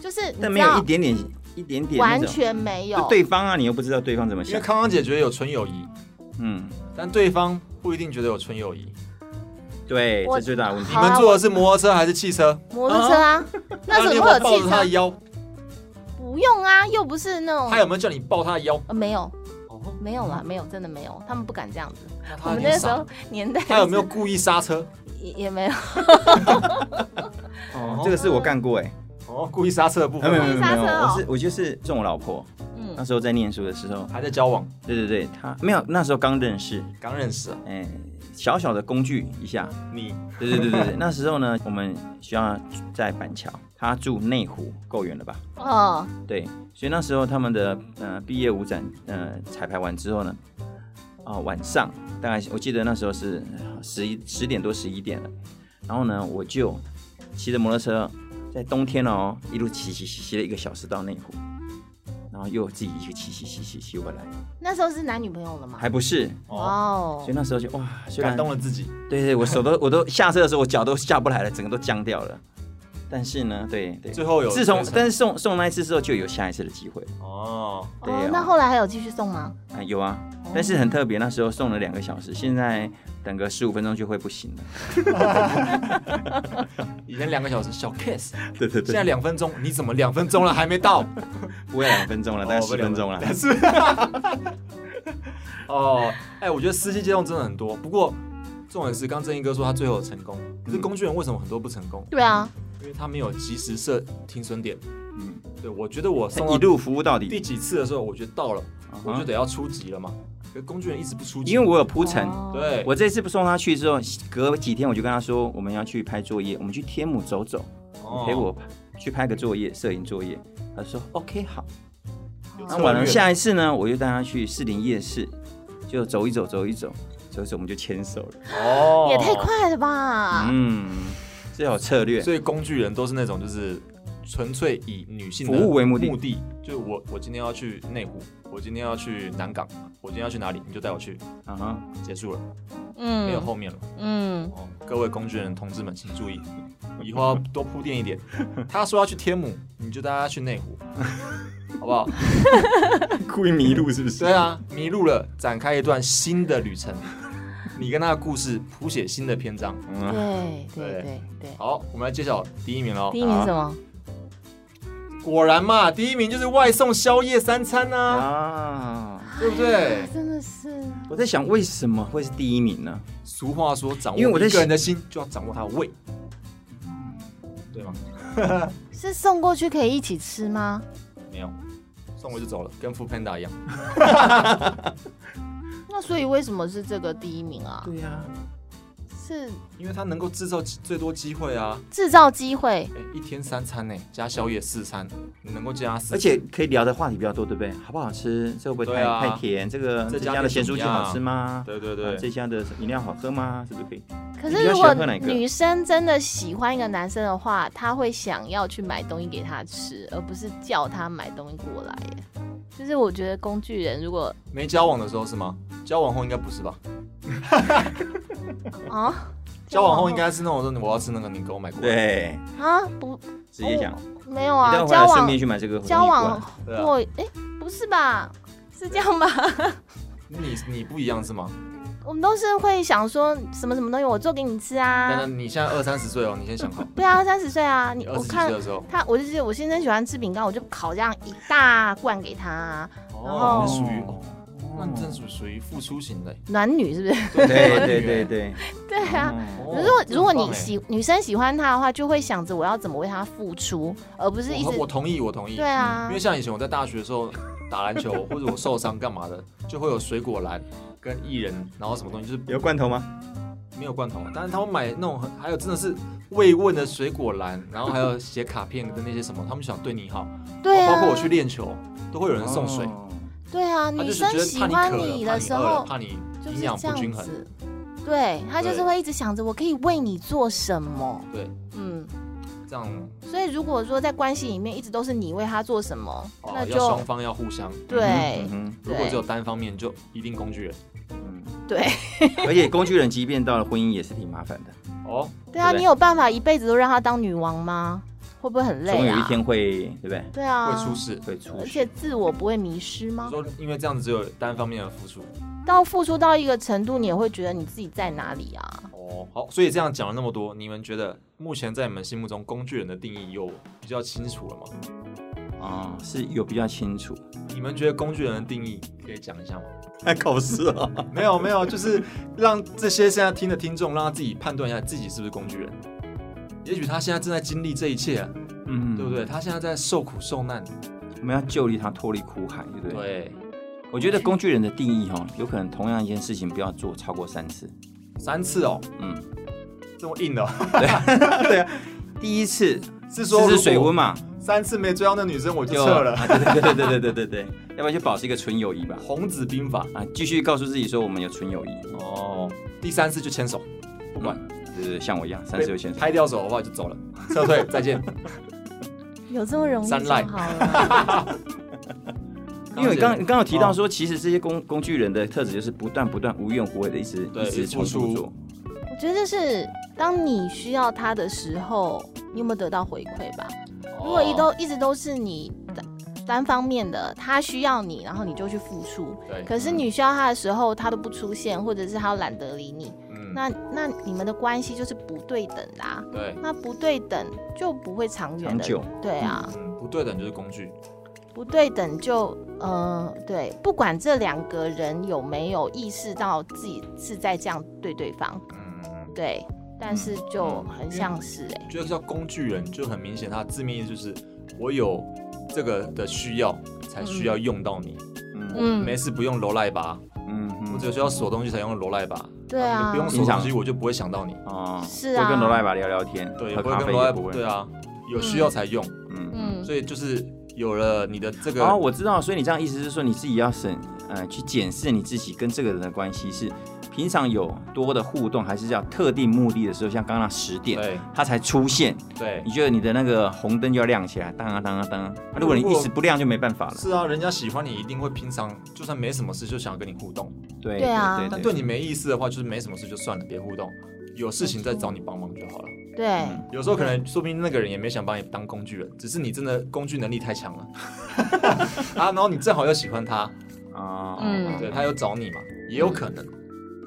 Speaker 5: 就是你
Speaker 3: 但
Speaker 5: 知
Speaker 3: 没有
Speaker 5: 道
Speaker 3: 一，点点一点点那
Speaker 5: 完
Speaker 3: 种
Speaker 5: 全没有
Speaker 3: 就，对方啊，你又不知道对方怎么
Speaker 4: 因为
Speaker 3: 想，
Speaker 4: 康康姐觉得有纯友谊，
Speaker 3: 嗯，
Speaker 4: 但对方不一定觉得有纯友谊。
Speaker 3: 对，这
Speaker 5: 我
Speaker 3: 是最大的问题
Speaker 4: 你
Speaker 5: 好。
Speaker 4: 们坐的是摩托车还是汽车？
Speaker 5: 摩托车啊，那
Speaker 4: 你
Speaker 5: 怎
Speaker 4: 有
Speaker 5: 么
Speaker 4: 没
Speaker 5: 会
Speaker 4: 有抱
Speaker 5: 有
Speaker 3: 啊
Speaker 4: 着
Speaker 5: 汽
Speaker 4: 他的
Speaker 5: 车？哦
Speaker 4: 腰？
Speaker 5: 不用啊，又不是那种
Speaker 4: 他有没有叫你抱他的腰？
Speaker 5: 呃没有
Speaker 4: 哦，
Speaker 5: 没有啦，没有，真的没有，他们不敢这样子。
Speaker 4: 那
Speaker 5: 我
Speaker 4: 他
Speaker 5: 们那
Speaker 4: 有点
Speaker 5: 时
Speaker 4: 傻
Speaker 5: 候年代
Speaker 4: 他有没有故意刹车？
Speaker 5: 也也没有，
Speaker 3: 哦，这个是我干过哎，
Speaker 4: 哦，故意刹车的部
Speaker 3: 啊
Speaker 4: 分
Speaker 3: 没有
Speaker 4: 吗
Speaker 3: 没有没
Speaker 5: 故意刹
Speaker 3: 有，
Speaker 5: 车哦
Speaker 3: 我是我就是这种老婆，那
Speaker 5: 嗯，
Speaker 3: 时候在念书的时候，
Speaker 4: 还在交往，
Speaker 3: 对对对，她没有，那时候刚认识，
Speaker 4: 刚认识啊
Speaker 3: 哎，小小的工具一下，
Speaker 4: 你，
Speaker 3: 对对对 对对，那时候呢，我们学校在板桥，她住内湖，够远了吧？
Speaker 5: 哦，
Speaker 3: 对，所以那时候他们的呃毕业舞展呃彩排完之后呢，啊、晚上大概是我记得那时候是十一十点多十一点了，然后呢我就骑着摩托车在冬天哦一路骑骑骑骑了一个小时到内湖，然后又自己一个骑骑骑骑骑回来，
Speaker 5: 那时候是男女朋友了吗？
Speaker 3: 还不是，
Speaker 4: 哦，
Speaker 5: 哦
Speaker 3: 所以，那时候就哇，虽然
Speaker 4: 感动了自己，
Speaker 3: 对对，我手都我都下车的时候我脚都下不来了，整个都僵掉了。但是呢，对对，
Speaker 4: 最后有
Speaker 3: 自从
Speaker 4: 推
Speaker 3: 但
Speaker 4: 成
Speaker 3: 是送送那一次之后就有下一次的机会了。
Speaker 4: 哦，
Speaker 3: 对
Speaker 5: 哦
Speaker 3: 啊，
Speaker 5: 那后来还有继续送吗？
Speaker 3: 啊，有啊，但是很特别，那时候送了两个小时，现在等个十五分钟就会不行 了。
Speaker 4: 以前两个小时小 kiss，
Speaker 3: 对对
Speaker 4: 现在，两分钟，你怎么两分钟了还没到？
Speaker 3: 不会两分钟了，哦大概
Speaker 4: 哦不
Speaker 3: 十
Speaker 4: 聊
Speaker 3: 分钟了。
Speaker 4: 但是， 哦，哎，我觉得司机接送真的很多，不过重点是，刚正义哥说他最后有成功，可是工具人为什么很多不成功？
Speaker 5: 对啊，
Speaker 4: 因为他没有及时设停损点。
Speaker 3: 嗯，
Speaker 4: 对，我觉得我送
Speaker 3: 一
Speaker 4: 到
Speaker 3: 路服务到
Speaker 4: 第
Speaker 3: 底，
Speaker 4: 几次的时候，我觉得到了，
Speaker 3: 啊
Speaker 4: 我
Speaker 3: 哈
Speaker 4: 就得要出击了嘛。可是工具人一直不出击，
Speaker 3: 因为我有铺陈。
Speaker 5: 哦，
Speaker 4: 对，
Speaker 3: 我这次不送他去之后，隔几天我就跟他说，我们要去拍作业，我们去天母走走，
Speaker 4: 哦
Speaker 3: 陪我去拍个作业，摄影作业。他说 OK 好。
Speaker 4: 有
Speaker 3: 那
Speaker 4: 策
Speaker 3: 完了，
Speaker 4: 略
Speaker 3: 下一次呢，我就带他去士林夜市，就走一走，走一走，走一走，我们就牵手了。
Speaker 4: 哦
Speaker 5: 也太。快了吧！
Speaker 3: 嗯，这有策略。
Speaker 4: 所以工具人都是那种就是纯粹以女性的
Speaker 3: 服务为目的
Speaker 4: 目的就是我我今天要去内湖，我今天要去南港，我今天要去哪里，你就带我去，
Speaker 3: 啊哈，
Speaker 4: 结束了，没有
Speaker 5: 嗯
Speaker 4: 后面了。
Speaker 5: 嗯，
Speaker 4: 哦，各位工具人同志们，请注意，以后要多铺垫 一点。他说要去天母，你就带他去内湖， 好不好？
Speaker 3: 故意迷路是不是？
Speaker 4: 对啊，迷路了，展开一段新的旅程。你跟他的故事谱写新的篇章。
Speaker 3: 嗯，
Speaker 5: 对
Speaker 4: 对
Speaker 5: 对对对。
Speaker 4: 好，我们来揭晓第一名喽
Speaker 5: 第。一名是什么？
Speaker 4: 果然嘛，第一名就是外送宵夜三餐呐、
Speaker 3: 啊。
Speaker 4: 对不对？
Speaker 5: 真的是
Speaker 3: 我在想为什么会是第一名呢？
Speaker 4: 俗话说，掌握
Speaker 3: 因为我在
Speaker 4: 一个人的心，就要掌握他的胃，对吗？
Speaker 5: 是送过去可以一起吃吗？
Speaker 4: 没有，送我就走了，跟 f o o Panda 一样。
Speaker 5: 那所以为什么是这个第一名啊？
Speaker 3: 对呀、
Speaker 5: 是
Speaker 4: 因为他能够制造最多机会啊！
Speaker 5: 制造机会，
Speaker 4: 哎，一天三餐呢、加宵夜四餐，你能够加四，
Speaker 3: 而且可以聊的话题比较多，对不对？好不好吃？这会不会太、
Speaker 4: 对啊
Speaker 3: 太甜？这个
Speaker 4: 这
Speaker 3: 这
Speaker 4: 家
Speaker 3: 家的咸
Speaker 4: 店怎
Speaker 3: 酥鸡
Speaker 4: 么样
Speaker 3: 好吃吗？
Speaker 4: 对对
Speaker 3: 啊这
Speaker 4: 对，
Speaker 3: 家的饮料好喝吗？是不是可以？
Speaker 5: 可
Speaker 3: 你比
Speaker 5: 是
Speaker 3: 较
Speaker 5: 如
Speaker 3: 喜欢
Speaker 5: 果
Speaker 3: 喝哪一个
Speaker 5: 女生真的喜欢一个男生的话，她会想要去买东西给他吃，而不是叫他买东西过来耶。就是我觉得工具人如果
Speaker 4: 没交往的时候是吗？交往后应该不是吧？
Speaker 5: 啊
Speaker 4: 交往后应该是那种说我要吃那个，你给我买过来。
Speaker 3: 对，
Speaker 5: 啊不
Speaker 3: 直接讲。
Speaker 5: 没有
Speaker 3: 你待
Speaker 5: 啊，
Speaker 3: 会
Speaker 5: 交
Speaker 3: 儿顺便
Speaker 5: 往
Speaker 3: 去买这个回忆罐。
Speaker 5: 交往
Speaker 4: 对啊
Speaker 5: 过哎、不是吧？是这样吧？
Speaker 4: 你你不一样是吗？
Speaker 5: 我们都是会想说什么什么东西我做给你吃
Speaker 4: 但
Speaker 5: 啊
Speaker 4: 是，你现在二三十岁哦，你先想好，
Speaker 5: 对啊，三十岁啊，
Speaker 4: 你
Speaker 5: 你
Speaker 4: 二
Speaker 5: 我
Speaker 4: 十几岁
Speaker 5: 看
Speaker 4: 的时候，
Speaker 5: 他，我就记得我先生喜欢吃饼干，我就烤这样一大罐给他啊，
Speaker 4: 哦，
Speaker 5: 然后
Speaker 4: 你是属于哦，那你真的属属于付出型的，
Speaker 5: 暖女是不是？
Speaker 3: 对对对对，
Speaker 5: 对啊。
Speaker 3: 嗯
Speaker 5: 如果
Speaker 4: 哦
Speaker 5: 如果
Speaker 4: 这很
Speaker 5: 你
Speaker 4: 棒哎
Speaker 5: 喜女生喜欢他的话，就会想着我要怎么为他付出，而不是一
Speaker 4: 我
Speaker 5: 直
Speaker 4: 我同意，我同意。嗯
Speaker 5: 对啊
Speaker 4: 因为，像以前我在大学的时候打篮球，或者我受伤干嘛的，就会有水果篮跟薏仁，然后什么东西就是
Speaker 3: 有罐头吗？
Speaker 4: 没有罐头，但是他们买那种很还有真的是慰问的水果篮，然后还有写卡片的那些什么，他们想对你好，
Speaker 5: 对啊，
Speaker 4: 包括我去练球，都会有人送水。
Speaker 3: 哦
Speaker 5: 对啊，
Speaker 4: 他
Speaker 5: 女
Speaker 4: 就是
Speaker 5: 生
Speaker 4: 觉
Speaker 5: 喜
Speaker 4: 得怕
Speaker 5: 欢
Speaker 4: 你渴
Speaker 5: 你
Speaker 4: 了，怕
Speaker 5: 的
Speaker 4: 你
Speaker 5: 时
Speaker 4: 饿了，
Speaker 5: 候
Speaker 4: 怕你
Speaker 5: 就是
Speaker 4: 营
Speaker 5: 这
Speaker 4: 养
Speaker 5: 样
Speaker 4: 不均衡。
Speaker 5: 子，对他就是
Speaker 4: 对
Speaker 5: 会一直想着我可以为你做什么，
Speaker 4: 对，
Speaker 5: 嗯，
Speaker 4: 这样
Speaker 5: 所以如果说在关系里面一直都是你为他做什么，那
Speaker 4: 哦，要
Speaker 5: 就
Speaker 4: 双方要互相。
Speaker 5: 对
Speaker 3: 嗯哼
Speaker 4: 如果只有单方面，就一定工具人
Speaker 3: 嗯哼
Speaker 5: 对
Speaker 3: 而且工具人即便到了婚姻也是挺麻烦的，
Speaker 4: 哦。
Speaker 5: 对啊，
Speaker 4: 不
Speaker 5: 你有办法一辈子都让他当女王吗？会不会很
Speaker 3: 总
Speaker 5: 累
Speaker 3: 有一
Speaker 5: 啊？
Speaker 3: 天会对不对？
Speaker 5: 对啊，
Speaker 4: 会出事。
Speaker 3: 会出
Speaker 5: 而
Speaker 3: 事
Speaker 5: 且。自我不会迷失吗？
Speaker 4: 说因为这样子只有单方面的付出。
Speaker 5: 到付出到一个程度，你也会觉得你自己在哪里啊？
Speaker 4: 哦，好，所以这样讲了那么多，你们觉得目前在你们心目中工具人的定义有比较清楚了吗？
Speaker 3: 啊、是有比较清楚。
Speaker 4: 你们觉得工具人的定义可以讲一下吗？
Speaker 1: 还考试啊？
Speaker 4: 没有没有，就是让这些现在听的听众，让他自己判断一下自己是不是工具人。也许他现在正在经历这一切、啊，
Speaker 3: 嗯，
Speaker 4: 对不对？？他现在在受苦受难，
Speaker 3: 我们要救离他脱离苦海，对不对？。
Speaker 4: 对，
Speaker 3: 我觉得工具人的定义哈、哦，有可能同样一件事情不要做超过三次。
Speaker 4: 三次哦，
Speaker 3: 嗯，
Speaker 4: 这么硬的、哦，
Speaker 3: 对啊，第一次
Speaker 4: 是说
Speaker 3: 试
Speaker 4: 如
Speaker 3: 试
Speaker 4: 果
Speaker 3: 水温嘛，
Speaker 4: 三次没追到那女生我就
Speaker 3: 就
Speaker 4: 撤 了。
Speaker 3: 啊对对对对对对对对， 要不然就保持一个纯友谊吧。
Speaker 4: 红子兵法
Speaker 3: 啊，继续告诉自己说我们有纯友谊，
Speaker 4: 哦，第三次就牵手，不
Speaker 3: 不
Speaker 4: 管
Speaker 3: 管，对对对，像我一样，三十六先生。
Speaker 4: 拍掉手的话就 走了，撤退，再见。
Speaker 5: 有这么容易
Speaker 4: 三
Speaker 5: 就
Speaker 4: 赖
Speaker 5: 好 了？
Speaker 3: 因为你刚你刚有提到说，其实这些工工具人的特质就是不断不断无怨无悔的一直
Speaker 4: 对
Speaker 3: 一直重
Speaker 4: 付出
Speaker 3: 复做。
Speaker 5: 我觉得就是当你需要他的时候，你有没有得到回馈吧？
Speaker 4: 哦，
Speaker 5: 如果一都一直都是你单单方面的，他需要你，然后你就去付出。
Speaker 4: 对，
Speaker 5: 可是你需要他的时候，他都不出现，或者是他懒得理你，
Speaker 4: 嗯
Speaker 5: 那那你们的关系就是不对等的啊。
Speaker 4: 对，
Speaker 5: 那不对等就不会长远
Speaker 3: 长
Speaker 5: 的，
Speaker 3: 久
Speaker 5: 对啊。
Speaker 4: 嗯，不对等就是工具，
Speaker 5: 不对等就，呃，对，不管这两个人有没有意识到自己是在这样对对方，
Speaker 4: 嗯，
Speaker 5: 对，但是
Speaker 3: 嗯
Speaker 5: 就很像是哎、
Speaker 4: 觉得叫工具人就很明显，他的字面意思就是我有这个的需要才需要用到你，
Speaker 3: 嗯
Speaker 5: 嗯
Speaker 4: 没，事不用罗赖吧，
Speaker 3: 嗯
Speaker 4: 我
Speaker 3: 嗯
Speaker 4: 只有需要锁东西才用罗赖吧，
Speaker 5: 对
Speaker 4: 你
Speaker 5: 啊
Speaker 4: 不，用锁东西我就不会想到你，
Speaker 3: 哦，
Speaker 5: 是
Speaker 3: 会
Speaker 5: 啊
Speaker 3: 跟罗赖吧聊聊天，
Speaker 4: 对，也
Speaker 3: 喝
Speaker 4: 不会
Speaker 3: 咖
Speaker 4: 跟
Speaker 3: 啡
Speaker 4: 罗
Speaker 3: 也
Speaker 4: 赖
Speaker 3: 不会。
Speaker 4: 对啊，有需要才用，
Speaker 3: 嗯嗯。
Speaker 5: 嗯，
Speaker 4: 所以就是有了你的这个
Speaker 3: 哦，我知道，所以你这样意思是说你自己要审，呃，去检视你自己跟这个人的关系是平常有多的互动，还是要特定目的的时候，像刚刚那十点，
Speaker 4: 对
Speaker 3: 它才出现，
Speaker 4: 对
Speaker 3: 你觉得你的那个红灯就要亮起来，当啊当啊当啊。啊如果你
Speaker 4: 如
Speaker 3: 一
Speaker 4: 果
Speaker 3: 直不亮就没办法了。
Speaker 4: 是啊，人家喜欢你一定会平常就算没什么事就想要跟你互动。
Speaker 3: 对
Speaker 5: 对啊
Speaker 4: 但对你没意思的话，就是没什么事就算了，别互动，有事情再找你帮忙就好了。
Speaker 5: 对，
Speaker 3: 嗯
Speaker 4: 有时候可能说不定那个人也没想把你当工具人，只是你真的工具能力太强 了啊，然后你正好又喜欢他，
Speaker 3: 啊，
Speaker 5: 嗯
Speaker 4: 对他又找你嘛，也有可能。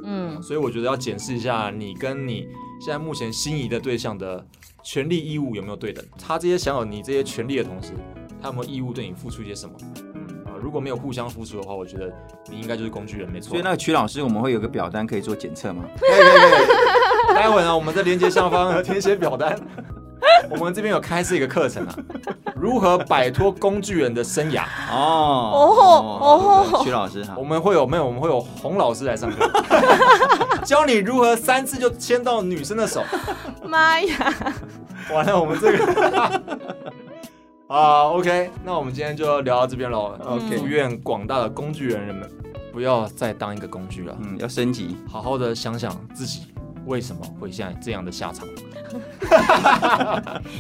Speaker 5: 嗯，
Speaker 4: 所以我觉得要检视一下你跟你现在目前心仪的对象的权利义务有没有对等，他这些享有你这些权利的同时，他有没有义务对你付出一些什么？
Speaker 3: 嗯
Speaker 4: 啊，如果没有互相付出的话，我觉得你应该就是工具人，没错。
Speaker 3: 所以那个曲老师，我们会有个表单可以做检测吗？
Speaker 4: 可以可以可以，待会呢，我们在连接下方有填写表单。我们这边有开设一个课 程啊，如何摆脱工具人的生涯。
Speaker 3: 哦哦对对曲老师哈
Speaker 4: 我，们会有没有？我们会有洪老师来上课，教你如何三次就牵到女生的手。
Speaker 5: 嗯妈呀，
Speaker 4: 完了，我们这个啊，OK，那我们今天就聊到这边喽。
Speaker 3: OK
Speaker 4: 祝愿广大的工具人人们不要再当一个工具了，
Speaker 3: 嗯，要升级。
Speaker 4: 好好的想想自己为什么会现在这样的下场。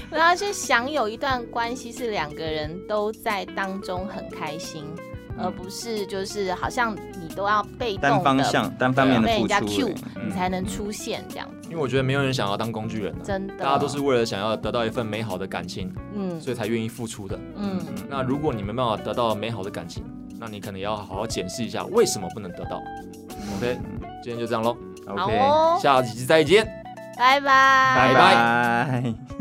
Speaker 5: 我要去享有一段关系是两个人都在当中很开心，而
Speaker 4: 嗯
Speaker 5: 不是就是好像你都要被动的
Speaker 3: 单方向、单方面的
Speaker 5: 被
Speaker 3: 付
Speaker 5: 人家 cue
Speaker 3: 出，
Speaker 4: 嗯
Speaker 5: 你才能出现这样子，
Speaker 4: 因为我觉得没有人想要当工具人、啊，
Speaker 5: 真的，
Speaker 4: 大家都是为了想要得到一份美好的感情，
Speaker 5: 嗯
Speaker 4: 所以才愿意付出的。
Speaker 5: 嗯
Speaker 4: 那如果你没办法得到美好的感情，那你可能也要好好检视一下为什么不能得到。OK，
Speaker 5: 今天就这样喽，
Speaker 6: 好
Speaker 4: OK，
Speaker 6: 哦，
Speaker 5: 下集再见。
Speaker 3: 拜拜。
Speaker 5: 哦拜
Speaker 4: 拜拜。